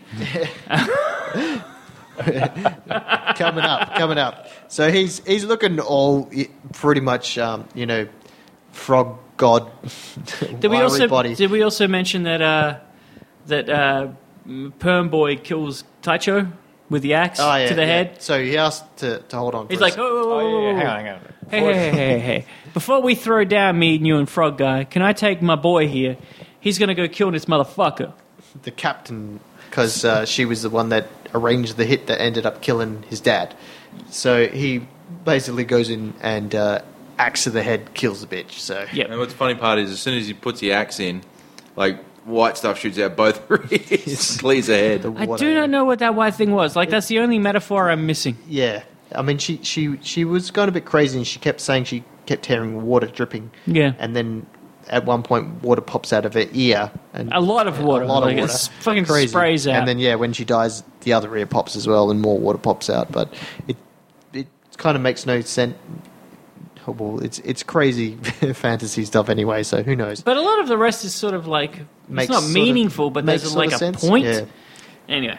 Speaker 6: coming up, coming up. So he's he's looking all i- pretty much, um, you know, frog god.
Speaker 4: Did we
Speaker 6: wiry
Speaker 4: also
Speaker 6: body.
Speaker 4: did we also mention that uh, that uh, m- Perm Boy kills Taicho? with the axe
Speaker 6: Oh, yeah,
Speaker 4: to the
Speaker 6: yeah.
Speaker 4: head.
Speaker 6: So he asked to, to hold on.
Speaker 4: He's
Speaker 6: for a
Speaker 4: like,
Speaker 6: sec.
Speaker 4: oh, oh, oh,
Speaker 3: Oh, yeah,
Speaker 4: oh,
Speaker 3: yeah,
Speaker 4: oh.
Speaker 3: hang on, hang on.
Speaker 4: Hey, hey, hey, hey, hey. Before we throw down me and you and Frog Guy, can I take my boy here? He's going to go kill this motherfucker.
Speaker 6: the captain because uh, she was the one that arranged the hit that ended up killing his dad. So he basically goes in and uh, axe to the head, kills the bitch. So
Speaker 4: Yep.
Speaker 5: And what's the funny part is, as soon as he puts the axe in, like white stuff shoots out both his clears ahead.
Speaker 6: The-
Speaker 4: I
Speaker 6: What
Speaker 4: do
Speaker 6: a-
Speaker 4: not know what that white thing was. Like, that's the only metaphor I'm missing.
Speaker 6: yeah, I mean she she she was going a bit crazy and she kept saying she kept hearing water dripping.
Speaker 4: Yeah.
Speaker 6: and then at one point water pops out of her ear and
Speaker 4: A lot of water.
Speaker 6: A lot
Speaker 4: Like,
Speaker 6: of
Speaker 4: it's
Speaker 6: water.
Speaker 4: fucking sprays out.
Speaker 6: And then yeah, when she dies, the other ear pops as well, and more water pops out. But it it kind of makes no sense. Oh, well, it's it's crazy fantasy stuff anyway. So who knows?
Speaker 4: But a lot of the rest is sort of like,
Speaker 6: Makes
Speaker 4: it's
Speaker 6: sort
Speaker 4: not
Speaker 6: of-
Speaker 4: meaningful, but
Speaker 6: makes
Speaker 4: there's
Speaker 6: sort
Speaker 4: like
Speaker 6: of
Speaker 4: a
Speaker 6: sense,
Speaker 4: point.
Speaker 6: yeah.
Speaker 4: Anyway.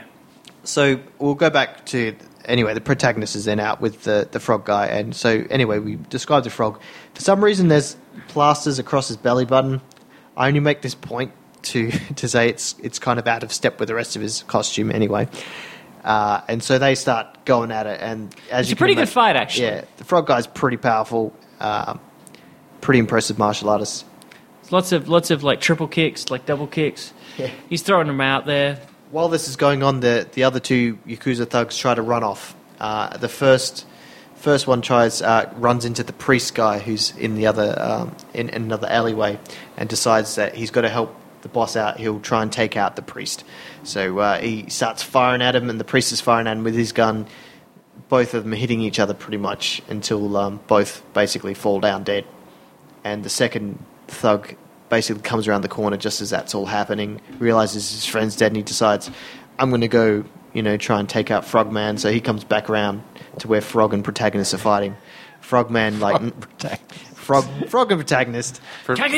Speaker 6: so we'll go back to anyway. The protagonist is then out with the the frog guy, and so anyway, we describe the frog. For some reason, there's plasters across his belly button. I only make this point to to say it's it's kind of out of step with the rest of his costume anyway. Uh, and so they start going at it, and as
Speaker 4: It's
Speaker 6: you
Speaker 4: a
Speaker 6: can
Speaker 4: pretty good
Speaker 6: imagine-
Speaker 4: fight, actually.
Speaker 6: Yeah, the frog guy's pretty powerful, um, pretty impressive martial artist.
Speaker 4: Lots of lots of like triple kicks, like double kicks.
Speaker 6: Yeah.
Speaker 4: He's throwing them out there.
Speaker 6: While this is going on, the the other two Yakuza thugs try to run off. Uh, the first first one tries uh, runs into the priest guy who's in the other um, in, in another alleyway, and decides that he's got to help the boss out. He'll try and take out the priest. So uh, he starts firing at him, and the priest is firing at him with his gun. Both of them are hitting each other pretty much until um, both basically fall down dead and the second thug basically comes around the corner just as that's all happening, realizes his friend's dead, and he decides, I'm going to go, you know, try and take out Frogman. So he comes back around to where Frog and protagonist are fighting. Frogman, like. Frog, Frog and protagonist.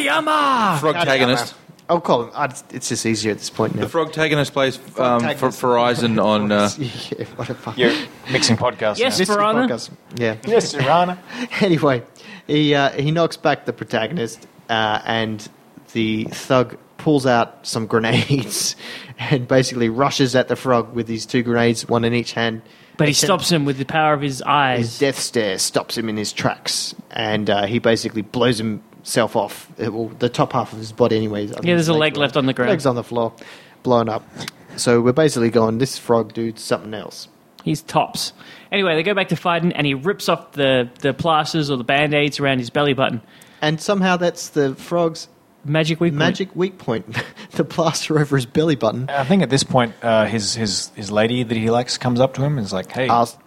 Speaker 4: Kageyama!
Speaker 5: Frogtagonist.
Speaker 6: I'll call him. I'd- It's just easier at this point now.
Speaker 5: The Frogtagonist plays um, for
Speaker 6: Frogtagonist.
Speaker 5: Verizon on. Uh,
Speaker 6: yeah, what a fuck.
Speaker 3: You're mixing podcasts.
Speaker 4: Yes,
Speaker 3: now.
Speaker 6: This is
Speaker 4: Piranha?
Speaker 6: podcast. Yeah.
Speaker 3: yes, Serana.
Speaker 6: anyway, he uh, he knocks back the protagonist, uh, and the thug pulls out some grenades and basically rushes at the frog with these two grenades, one in each hand.
Speaker 4: But he
Speaker 6: Attempt-
Speaker 4: stops him with the power of his
Speaker 6: His
Speaker 4: eyes.
Speaker 6: death stare stops him in his tracks, and uh, he basically blows himself off. It will, the top half of his body, anyways. I think
Speaker 4: Yeah, there's
Speaker 6: his
Speaker 4: a leg left on the ground.
Speaker 6: Legs on the floor, blown up. So we're basically going, this frog dude's something else.
Speaker 4: He's tops. Anyway, they go back to fighting, and he rips off the, the plasters or the band aids around his belly button.
Speaker 6: And somehow that's the frog's
Speaker 4: Magic week.
Speaker 6: magic weak point the plaster over his belly button.
Speaker 3: I think at this point, uh, his his his lady that he likes comes up to him and is like, "Hey,
Speaker 6: Ask-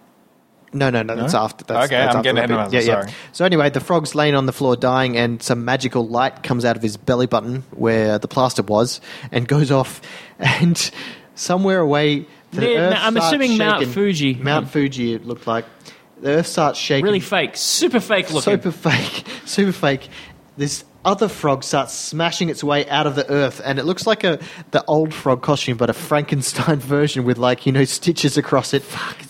Speaker 6: no, no, no, that's
Speaker 3: No?
Speaker 6: after. That's,
Speaker 3: Okay,
Speaker 6: that's
Speaker 3: I'm
Speaker 6: after
Speaker 3: getting
Speaker 6: a
Speaker 3: ahead of
Speaker 6: bit.
Speaker 3: myself,
Speaker 6: Yeah, yeah.
Speaker 3: sorry.
Speaker 6: So anyway, the frog's laying on the floor dying, and some magical light comes out of his belly button where the plaster was, and goes off, and somewhere away, the
Speaker 4: Yeah,
Speaker 6: earth
Speaker 4: no, I'm
Speaker 6: starts
Speaker 4: assuming Mount
Speaker 6: shaking.
Speaker 4: Fuji.
Speaker 6: Mount Fuji, it looked like. The earth starts shaking.
Speaker 4: Really fake. Super fake looking.
Speaker 6: super fake, super fake. This other frog starts smashing its way out of the earth, and it looks like a the old frog costume, but a Frankenstein version with like you know stitches across it,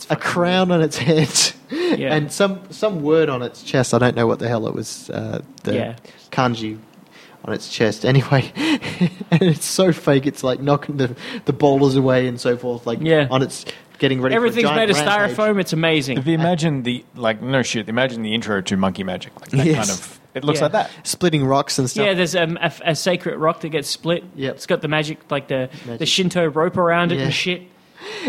Speaker 6: a crown on its head,
Speaker 4: Yeah.
Speaker 6: and some some word on its chest. I don't know what the hell it was. Uh, the
Speaker 4: Yeah.
Speaker 6: kanji on its chest. Anyway, and it's so fake. It's like knocking the the boulders away and so forth. Like
Speaker 4: Yeah.
Speaker 6: on its getting ready.
Speaker 4: Everything's
Speaker 6: for a
Speaker 4: made
Speaker 6: giant
Speaker 4: of
Speaker 6: rampage.
Speaker 4: styrofoam. It's amazing.
Speaker 3: If you imagine the like no shit, imagine the intro to Monkey Magic. Like that
Speaker 6: Yes.
Speaker 3: kind of it looks
Speaker 4: Yeah.
Speaker 3: like that.
Speaker 6: splitting rocks and stuff.
Speaker 4: Yeah, there's um, a, a sacred rock that gets split.
Speaker 6: Yep.
Speaker 4: It's got the magic, like the, the
Speaker 6: Magic.
Speaker 4: Shinto rope around it
Speaker 6: Yeah.
Speaker 4: and shit.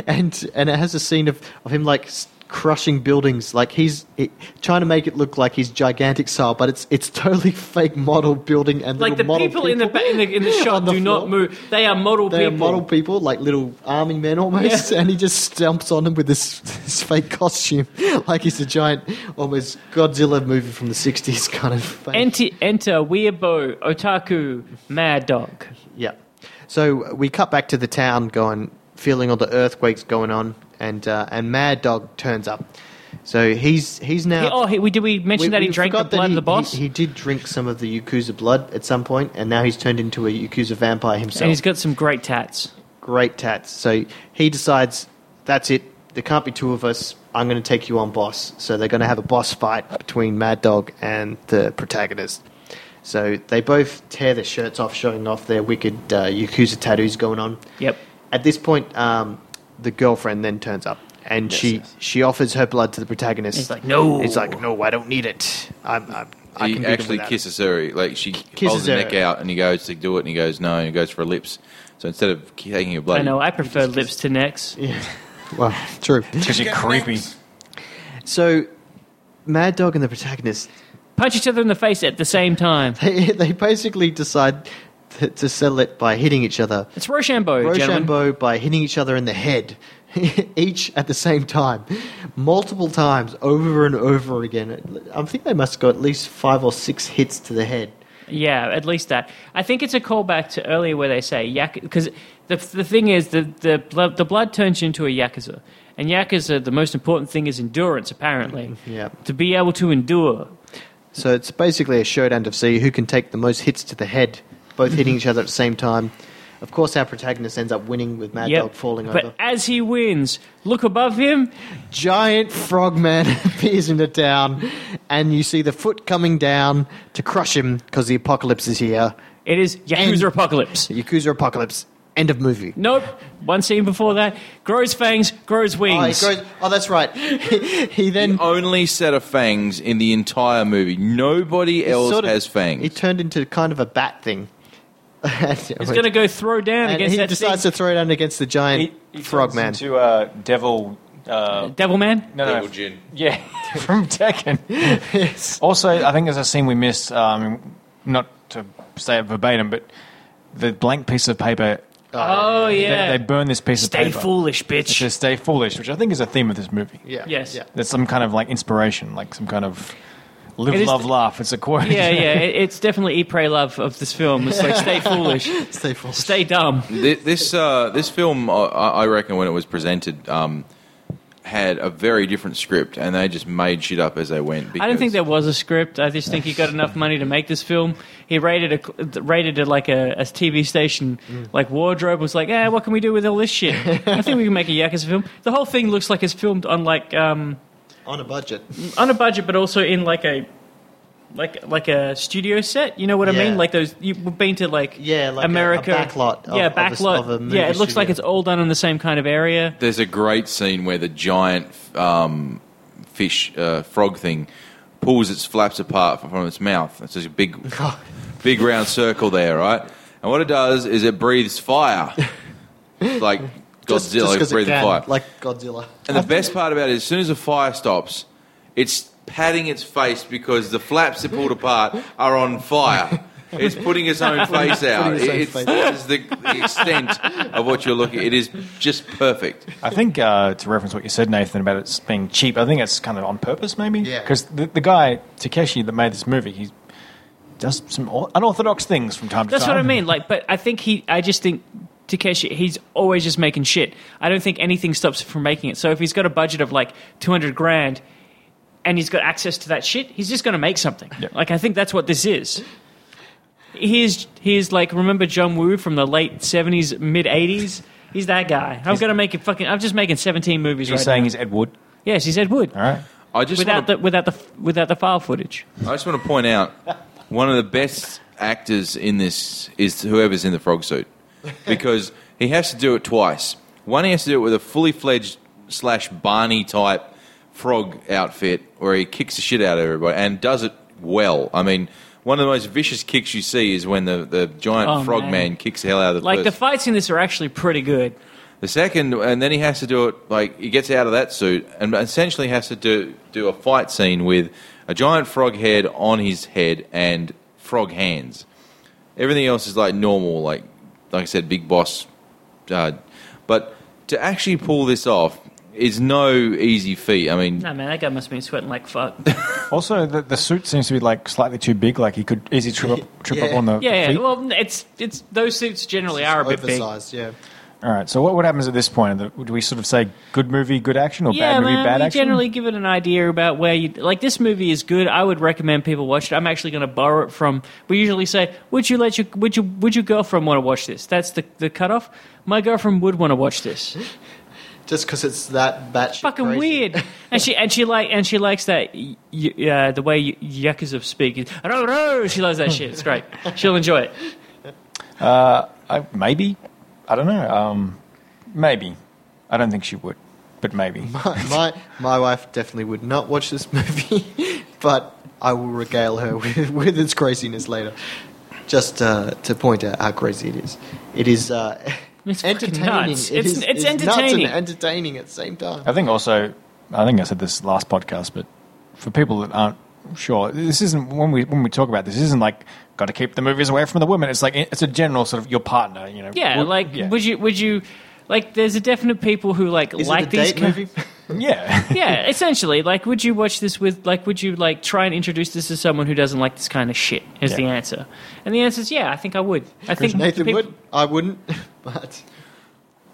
Speaker 6: and and it has a scene of, of him like s- crushing buildings like he's he, trying to make it look like he's gigantic style but it's it's totally fake model building and
Speaker 4: Like
Speaker 6: little
Speaker 4: the people,
Speaker 6: model
Speaker 4: in the ba- in the, in the shop
Speaker 6: on the
Speaker 4: do
Speaker 6: floor.
Speaker 4: not move. They are model
Speaker 6: they are
Speaker 4: people.
Speaker 6: model people like little army men almost and he just stomps on them with this, this fake costume like he's a giant almost godzilla movie from the 60s kind of fake.
Speaker 4: Enter, enter Weirbo, Otaku, Mad Dog.
Speaker 6: Yeah. So we cut back to the town, going feeling all the earthquakes going on, and uh, and Mad Dog turns up. So he's he's now.
Speaker 4: He- oh, he, we, did we mention that he drank the
Speaker 6: forgot that
Speaker 4: blood
Speaker 6: he-
Speaker 4: of the boss?
Speaker 6: He, he did drink some of the Yakuza blood at some point, and now he's turned into a Yakuza vampire himself.
Speaker 4: and he's got some great tats.
Speaker 6: great tats. So he decides that's it. There can't be two of us. I'm going to take you on, boss. So they're going to have a boss fight between Mad Dog and the protagonist. So they both tear their shirts off, showing off their wicked uh, Yakuza tattoos going on.
Speaker 4: Yep.
Speaker 6: At this point, um, the girlfriend then turns up. and she she offers her blood to the protagonist.
Speaker 4: He's like, "No."
Speaker 6: He's like, no, I don't need it. I'm, I'm I
Speaker 5: he
Speaker 6: can do them
Speaker 5: actually
Speaker 6: without it."
Speaker 5: kisses her. he- Like she holds
Speaker 6: kisses
Speaker 5: her
Speaker 6: her.
Speaker 5: neck out, and he goes to do it, and he goes no, and he goes for her lips. So instead of taking her blood,
Speaker 4: I know.
Speaker 5: he-
Speaker 4: I prefer lips to necks.
Speaker 6: Well, true.
Speaker 3: Because you're creepy.
Speaker 6: So, Mad Dog and the protagonist
Speaker 4: Punch each other in the face at the same time.
Speaker 6: they, they basically decide to, to settle it by hitting each other.
Speaker 4: It's Rochambeau, gentlemen.
Speaker 6: Rochambeau by hitting each other in the head, each at the same time, multiple times, over and over again. I think they must have got at least five or six hits to the head.
Speaker 4: Yeah, at least that. I think it's a callback to earlier where they say yak because the the thing is the the blood, the blood turns you into a yakuza, and yakuza the most important thing is endurance apparently.
Speaker 6: Yeah.
Speaker 4: To be able to endure.
Speaker 6: So it's basically a showdown to see who can take the most hits to the head, both hitting each other at the same time. Of course, our protagonist ends up winning with Mad
Speaker 4: Yep.
Speaker 6: Dog falling
Speaker 4: but
Speaker 6: over.
Speaker 4: as he wins, look above him.
Speaker 6: Giant frogman appears in the town, and you see the foot coming down to crush him because the apocalypse is here.
Speaker 4: It is yakuza
Speaker 6: And-
Speaker 4: apocalypse.
Speaker 6: The Yakuza apocalypse. End of movie.
Speaker 4: Nope. One scene before that, grows fangs, grows
Speaker 6: Oh, he
Speaker 4: wings.
Speaker 6: grows- oh, that's right. he then
Speaker 5: The only set of fangs in the entire movie. Nobody else
Speaker 6: sort of-
Speaker 5: has fangs.
Speaker 6: He turned into kind of a bat thing.
Speaker 4: He's going to go throw down
Speaker 6: and
Speaker 4: against
Speaker 6: he
Speaker 4: that
Speaker 6: decides
Speaker 4: thing.
Speaker 6: to throw it down against the giant frogman.
Speaker 3: To uh, devil. Uh,
Speaker 4: Devil man.
Speaker 3: no, no,
Speaker 5: Devil Jin.
Speaker 3: Yeah, from Tekken. Also, I think there's a scene we missed. Um, not to say it verbatim, but the blank piece of paper.
Speaker 4: Oh yeah.
Speaker 3: They, they burn this piece of
Speaker 4: Stay
Speaker 3: paper.
Speaker 4: foolish, bitch.
Speaker 3: It's just stay foolish, which I think is a theme of this movie.
Speaker 6: Yeah.
Speaker 4: Yes.
Speaker 6: Yeah.
Speaker 3: There's some kind of like inspiration, like some kind of live,
Speaker 4: It is-
Speaker 3: love, laugh. It's a quote.
Speaker 4: yeah, yeah. It, it's definitely eat, pray, love of this film. It's like stay foolish,
Speaker 6: Stay full.
Speaker 4: stay dumb.
Speaker 5: Th- this uh, this film, I, I reckon, when it was presented, um, had a very different script, and they just made shit up as they went. Because
Speaker 4: I don't think there was a script. I just think he got enough money to make this film. He rated a rated it like a, a TV station,
Speaker 6: Mm.
Speaker 4: like wardrobe. Was like, eh, what can we do with all this shit? I think we can make a Yakuza film. The whole thing looks like it's filmed on like um,
Speaker 6: on a budget.
Speaker 4: on a budget, but also in like a. Like like a studio set, you know what I
Speaker 6: Yeah.
Speaker 4: mean? Like those you've been to like
Speaker 6: Yeah, like a- a
Speaker 4: America
Speaker 6: backlot of-
Speaker 4: yeah,
Speaker 6: of a s-
Speaker 4: backlot,
Speaker 6: of a movie
Speaker 4: yeah. It looks like
Speaker 6: studio.
Speaker 4: it's all done in the same kind of area.
Speaker 5: There's a great scene where the giant um, fish uh, frog thing pulls its flaps apart from its mouth. It's just a big, big round circle there, right? And what it does is it breathes fire, like
Speaker 6: Just-
Speaker 5: Godzilla
Speaker 6: just 'cause it
Speaker 5: breathing
Speaker 6: can,
Speaker 5: fire.
Speaker 6: Like Godzilla.
Speaker 5: And the best part about it, as soon as the fire stops, it's patting its face because the flaps it pulled apart are on fire. It's putting its own face out.
Speaker 6: its own
Speaker 5: It's,
Speaker 6: face.
Speaker 5: that is the, the extent of what you're looking. It is just perfect.
Speaker 3: I think uh, to reference what you said, Nathan, about it being cheap, I think it's kind of on purpose, maybe.
Speaker 6: Yeah.
Speaker 3: Because the, the guy Takeshi that made this movie, he does some unorthodox things from time to
Speaker 4: That's
Speaker 3: time.
Speaker 4: what I mean. Like, but I think he. I just think Takeshi. He's always just making shit. I don't think anything stops him from making it. So if he's got a budget of like two hundred grand, and he's got access to that shit, he's just going to make something.
Speaker 3: Yeah.
Speaker 4: Like I think that's what this is. He's he's like remember John Woo from the late seventies, mid eighties. He's that guy. I'm going to make it fucking. I'm just making seventeen movies
Speaker 3: You're
Speaker 4: right
Speaker 3: saying
Speaker 4: now.
Speaker 3: he's Ed Wood,
Speaker 4: yes, he's Ed Wood.
Speaker 3: all right?
Speaker 5: I just
Speaker 4: Without
Speaker 5: want
Speaker 4: the without the without the file footage.
Speaker 5: to, I just want to point out one of the best actors in this is whoever's in the frog suit because he has to do it twice. One, he has to do it with a fully fledged slash Barney type frog outfit where he kicks the shit out of everybody and does it well. I mean, one of the most vicious kicks you see is when the, the giant
Speaker 4: Oh,
Speaker 5: frog
Speaker 4: man.
Speaker 5: man. kicks the hell out of the
Speaker 4: Like the
Speaker 5: person.
Speaker 4: fights in this are actually pretty good.
Speaker 5: The second, and then he has to do it like he gets out of that suit and essentially has to do do a fight scene with a giant frog head on his head and frog hands. Everything else is like normal, like like I said, big boss. Uh, but to actually pull this off is no easy feat. I mean,
Speaker 4: No man, that guy must have been sweating like fuck.
Speaker 3: Also, the, the suit seems to be like slightly too big. Like he could easily trip up, trip up
Speaker 6: Yeah.
Speaker 3: on the
Speaker 4: Yeah, yeah.
Speaker 3: feet.
Speaker 4: Well, it's it's those suits generally are a bit big.
Speaker 6: Oversized, yeah.
Speaker 3: all right. So what, what happens at this point? Do we sort of say good movie, good action, or
Speaker 4: Yeah,
Speaker 3: bad movie,
Speaker 4: man.
Speaker 3: bad
Speaker 4: we
Speaker 3: action?
Speaker 4: generally give it an idea about where you like. This movie is good. I would recommend people watch it. I'm actually going to borrow it from. We usually say, "Would you let your would you would your girlfriend want to watch this?" That's the the cutoff. My girlfriend would want to watch this.
Speaker 6: Just because it's that batshit
Speaker 4: Fucking
Speaker 6: crazy.
Speaker 4: weird. And she and she like and she likes that y- y- uh, the way y- yakuza speak. Ro, ro. She loves that shit. It's great. She'll enjoy it.
Speaker 3: Uh, I, maybe. I don't know. Um, maybe. I don't think she would. but maybe.
Speaker 6: my, my my wife definitely would not watch this movie, but I will regale her with, with its craziness later. Just uh, to point out how crazy it is. It is uh,
Speaker 4: It's fucking
Speaker 6: entertaining.
Speaker 4: nuts.
Speaker 6: It
Speaker 4: It's-
Speaker 6: is-
Speaker 4: it's
Speaker 6: nuts and
Speaker 4: entertaining.
Speaker 6: entertaining at the same time.
Speaker 3: I think also, I think I said this last podcast, but for people that aren't sure, this isn't when we when we talk about this. This isn't like got to keep the movies away from the women. It's like it's a general sort of your partner, you know.
Speaker 4: Yeah,
Speaker 3: Would-
Speaker 4: like
Speaker 3: yeah.
Speaker 4: would you would you like? There's a definite people who like
Speaker 6: Is
Speaker 4: like
Speaker 6: it a
Speaker 4: these
Speaker 6: date
Speaker 4: kind-
Speaker 6: movie?
Speaker 3: yeah.
Speaker 4: yeah, essentially, like, would you watch this with, like, would you like try and introduce this to someone who doesn't like this kind of shit? Is
Speaker 3: Yeah.
Speaker 4: the answer, and the answer is yeah. I think I would. I think
Speaker 6: Nathan
Speaker 4: peop-
Speaker 6: would. I wouldn't. But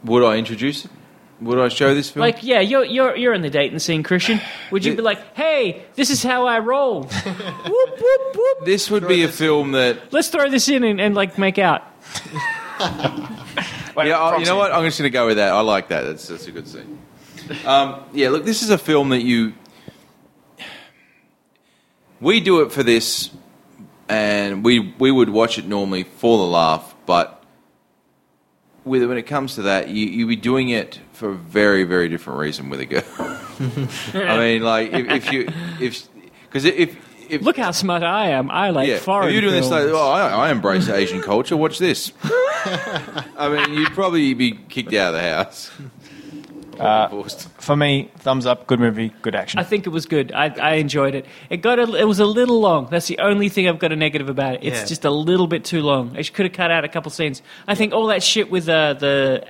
Speaker 5: Would I introduce it? Would I show this film?
Speaker 4: Like, yeah, you're you're you're in the dating scene, Christian. Would you
Speaker 5: The-
Speaker 4: be like, hey, this is how I roll? whoop whoop whoop.
Speaker 5: this would be a film that.
Speaker 4: Let's throw this in and, and like make out.
Speaker 5: Yeah, I- you know what? I'm just going to go with that. I like that. That's, that's a good scene. Um, yeah, look, this is a film that you. We do it for this, and we we would watch it normally for the laugh, but with when it comes to that, you you be doing it for a very very different reason with a girl. I mean, like if, if you if because if if
Speaker 4: Look how smart I am. I like
Speaker 5: yeah.
Speaker 4: foreign.
Speaker 5: If you're doing this, like,
Speaker 4: films.
Speaker 5: oh, I, I embrace Asian culture. Watch this. I mean, you'd probably be kicked out of the house.
Speaker 4: Uh,
Speaker 5: Or divorced.
Speaker 3: For me, thumbs up. Good movie. Good action.
Speaker 4: I think it was good. I, I enjoyed it. It got a, it was a little long. That's the only thing I've got a negative about it. It's
Speaker 6: Yeah.
Speaker 4: just a little bit too long. It could have cut out a couple scenes. I think all that shit with uh, the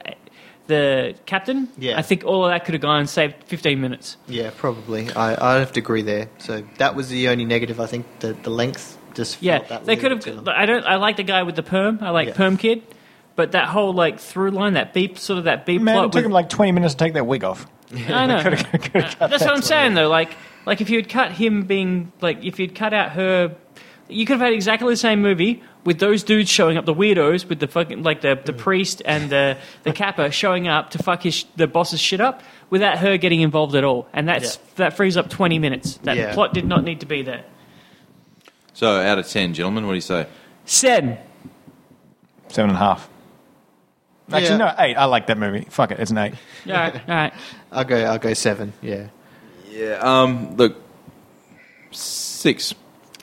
Speaker 4: the captain.
Speaker 6: Yeah.
Speaker 4: I think all of that could have gone and saved fifteen minutes.
Speaker 6: yeah, probably. I I'd have to agree there. So that was the only negative. I think the the length just
Speaker 4: Yeah,
Speaker 6: felt that
Speaker 4: they could
Speaker 6: little too
Speaker 4: have.
Speaker 6: long.
Speaker 4: I don't. I like the guy with the perm. I like
Speaker 6: Yeah.
Speaker 4: perm kid, but that whole like through line, that beep, sort of that beep
Speaker 3: Man, it
Speaker 4: plot.
Speaker 3: took him
Speaker 4: with-
Speaker 3: like 20 minutes to take that wig off.
Speaker 4: I know.
Speaker 3: Could've- could've
Speaker 4: That's
Speaker 3: cut that
Speaker 4: what I'm
Speaker 3: sort of-
Speaker 4: saying though. Like, like if you had cut him being like, if you'd cut out her, you could have had exactly the same movie with those dudes showing up, the weirdos with the fucking like the, the priest and the the kappa showing up to fuck his the boss's shit up without her getting involved at all, and that's
Speaker 6: Yeah.
Speaker 4: that frees up 20 minutes. That
Speaker 6: Yeah.
Speaker 4: plot did not need to be there.
Speaker 5: So, out of ten, gentlemen, what do you say?
Speaker 4: Sen,
Speaker 3: Seven and a half. Actually, no,
Speaker 6: Yeah.
Speaker 3: eight. I like that movie. Fuck it. It's an eight.
Speaker 4: all right, all right.
Speaker 6: I'll go. I'll go seven. Yeah.
Speaker 5: Yeah. Um. Look. Six.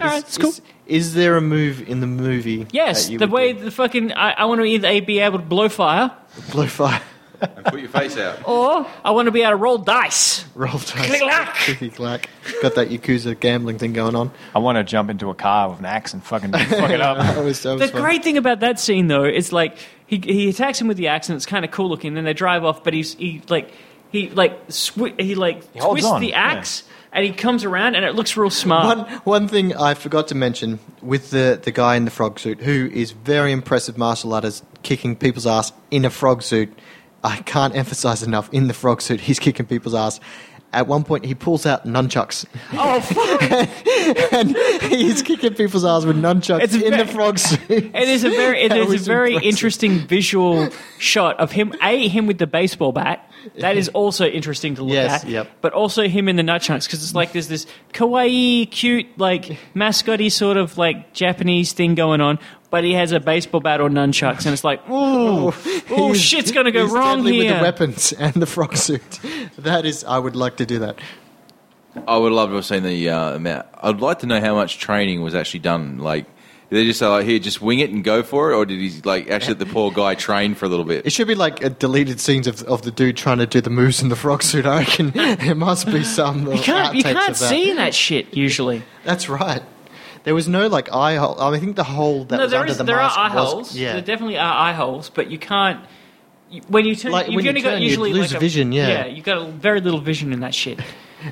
Speaker 4: All right,
Speaker 6: Is-
Speaker 4: it's cool.
Speaker 6: Is, is there a move in the movie?
Speaker 4: Yes,
Speaker 6: that you
Speaker 4: the
Speaker 6: would
Speaker 4: way
Speaker 6: do?
Speaker 4: the fucking I, I want to either be able to blow fire
Speaker 6: blow fire,
Speaker 5: And put your face out.
Speaker 4: or I want to be able to roll dice.
Speaker 6: roll dice,
Speaker 4: Click-clack.
Speaker 6: clicky-clack. Got that yakuza gambling thing going on.
Speaker 3: I want to jump into a car with an axe and fucking fuck it up.
Speaker 6: That was, that was
Speaker 4: The
Speaker 6: fun.
Speaker 4: great thing about that scene, though, is like he he attacks him with the axe, and it's kind of cool looking. Then they drive off, but he's he like he like swi he like
Speaker 3: holds
Speaker 4: twists
Speaker 3: on,
Speaker 4: the
Speaker 3: yeah.
Speaker 4: axe, and he comes around, and it looks real smart.
Speaker 6: One one thing I forgot to mention with the the guy in the frog suit who is very impressive martial artist kicking people's ass in a frog suit. I can't emphasize enough. In the frog suit, he's kicking people's ass. At one point, he pulls out nunchucks.
Speaker 4: Oh, fuck.
Speaker 6: and he's kicking people's ass with nunchucks
Speaker 4: It's
Speaker 6: in
Speaker 4: ve-
Speaker 6: the frog suit.
Speaker 4: it is a very it
Speaker 6: That
Speaker 4: is a
Speaker 6: was
Speaker 4: very
Speaker 6: impressive.
Speaker 4: interesting visual shot of him. A him with the baseball bat. That is also interesting to look
Speaker 6: Yes,
Speaker 4: at.
Speaker 6: yep.
Speaker 4: But also him in the nutchunks because it's like there's this kawaii, cute, like mascoty sort of like Japanese thing going on. But he has a baseball bat or nunchucks, and it's like, ooh, oh
Speaker 6: He's-
Speaker 4: shit's gonna go
Speaker 6: he's
Speaker 4: wrong
Speaker 6: deadly
Speaker 4: here.
Speaker 6: with the weapons and the frog suit. That is, I would like to do that.
Speaker 5: I would love to have seen the uh, amount. I'd like to know how much training was actually done. Like, did they just say, like, here, just wing it and go for it? Or did he, like, actually let the poor guy train for a little bit?
Speaker 6: It should be like a deleted scenes of, of the dude trying to do the moves in the frog suit. I reckon there must be some.
Speaker 4: You can't, you can't
Speaker 6: of uh, that.
Speaker 4: see that shit usually.
Speaker 6: That's right. There was no like eye hole. I, mean, I think the hole that
Speaker 4: no,
Speaker 6: was
Speaker 4: there
Speaker 6: under
Speaker 4: is
Speaker 6: the
Speaker 4: there are
Speaker 6: mask
Speaker 4: eye
Speaker 6: was-
Speaker 4: holes.
Speaker 6: Yeah,
Speaker 4: There definitely are eye holes, but you can't. you- When you turn,
Speaker 6: Like,
Speaker 4: you've
Speaker 6: when you
Speaker 4: only
Speaker 6: turn,
Speaker 4: got
Speaker 6: you
Speaker 4: usually
Speaker 6: lose
Speaker 4: like a,
Speaker 6: vision, yeah.
Speaker 4: yeah, you've got a, very little vision in that shit.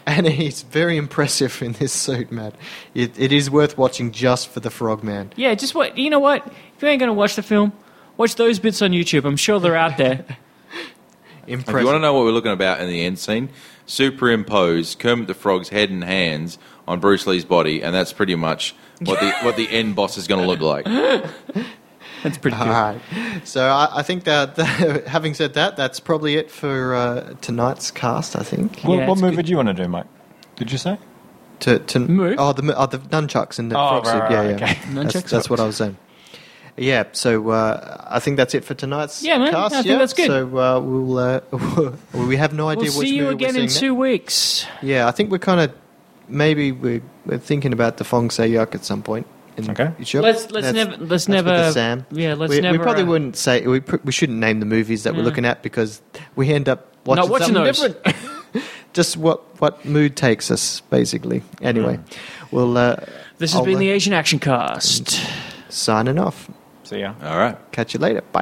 Speaker 6: and he's very impressive in this suit, Matt. It, it is worth watching just for the frog man.
Speaker 4: Yeah, just what you know. What if you ain't gonna watch the film? Watch those bits on YouTube. I'm sure they're out there.
Speaker 5: If you
Speaker 6: Impressive.
Speaker 5: want to know what we're looking about in the end scene, superimpose Kermit the Frog's head and hands on Bruce Lee's body, and that's pretty much what the what the end boss is going to look like.
Speaker 4: That's pretty
Speaker 6: All
Speaker 4: good.
Speaker 6: right. So I, I think that, that having said that, that's probably it for uh, tonight's cast. I think.
Speaker 3: What,
Speaker 4: Yeah,
Speaker 3: what
Speaker 4: it's
Speaker 3: movie
Speaker 4: good.
Speaker 3: do you want to do, Mike? Did you say?
Speaker 6: to to
Speaker 4: Move? Oh,
Speaker 6: Oh, the oh, the nunchucks and the
Speaker 3: Oh,
Speaker 6: frog
Speaker 3: right,
Speaker 6: suit.
Speaker 3: right,
Speaker 6: Yeah,
Speaker 3: right,
Speaker 6: yeah.
Speaker 3: okay.
Speaker 6: That's,
Speaker 4: Nunchucks.
Speaker 6: that's what I was saying. Yeah, so uh, I think that's it for tonight's
Speaker 4: Yeah, man,
Speaker 6: cast.
Speaker 4: I think
Speaker 6: yeah?
Speaker 4: that's good.
Speaker 6: So uh, we'll, uh, we have no idea
Speaker 4: We'll
Speaker 6: which
Speaker 4: see you
Speaker 6: movie
Speaker 4: again
Speaker 6: we're
Speaker 4: in
Speaker 6: seeing
Speaker 4: two weeks.
Speaker 6: next. Yeah, I think we're kind of maybe we're, we're thinking about the Fong Sayuk at some point. In
Speaker 3: Okay.
Speaker 6: The future.
Speaker 4: Let's- let's
Speaker 6: That's-
Speaker 4: never- let's
Speaker 6: that's with
Speaker 4: never-
Speaker 6: the Sam.
Speaker 4: yeah, let's
Speaker 6: we,
Speaker 4: never,
Speaker 6: We probably
Speaker 4: uh, Mm.
Speaker 6: wouldn't say we. pr- We shouldn't name the movies that we're looking at because we end up watching,
Speaker 4: Not watching
Speaker 6: something
Speaker 4: those.
Speaker 6: different. Just what what mood takes us, basically. Anyway, we'll uh,
Speaker 4: Mm. This has
Speaker 6: I'll,
Speaker 4: been
Speaker 6: uh,
Speaker 4: the Asian Action Cast.
Speaker 6: signing off.
Speaker 3: See ya.
Speaker 5: All right.
Speaker 6: Catch you later. Bye.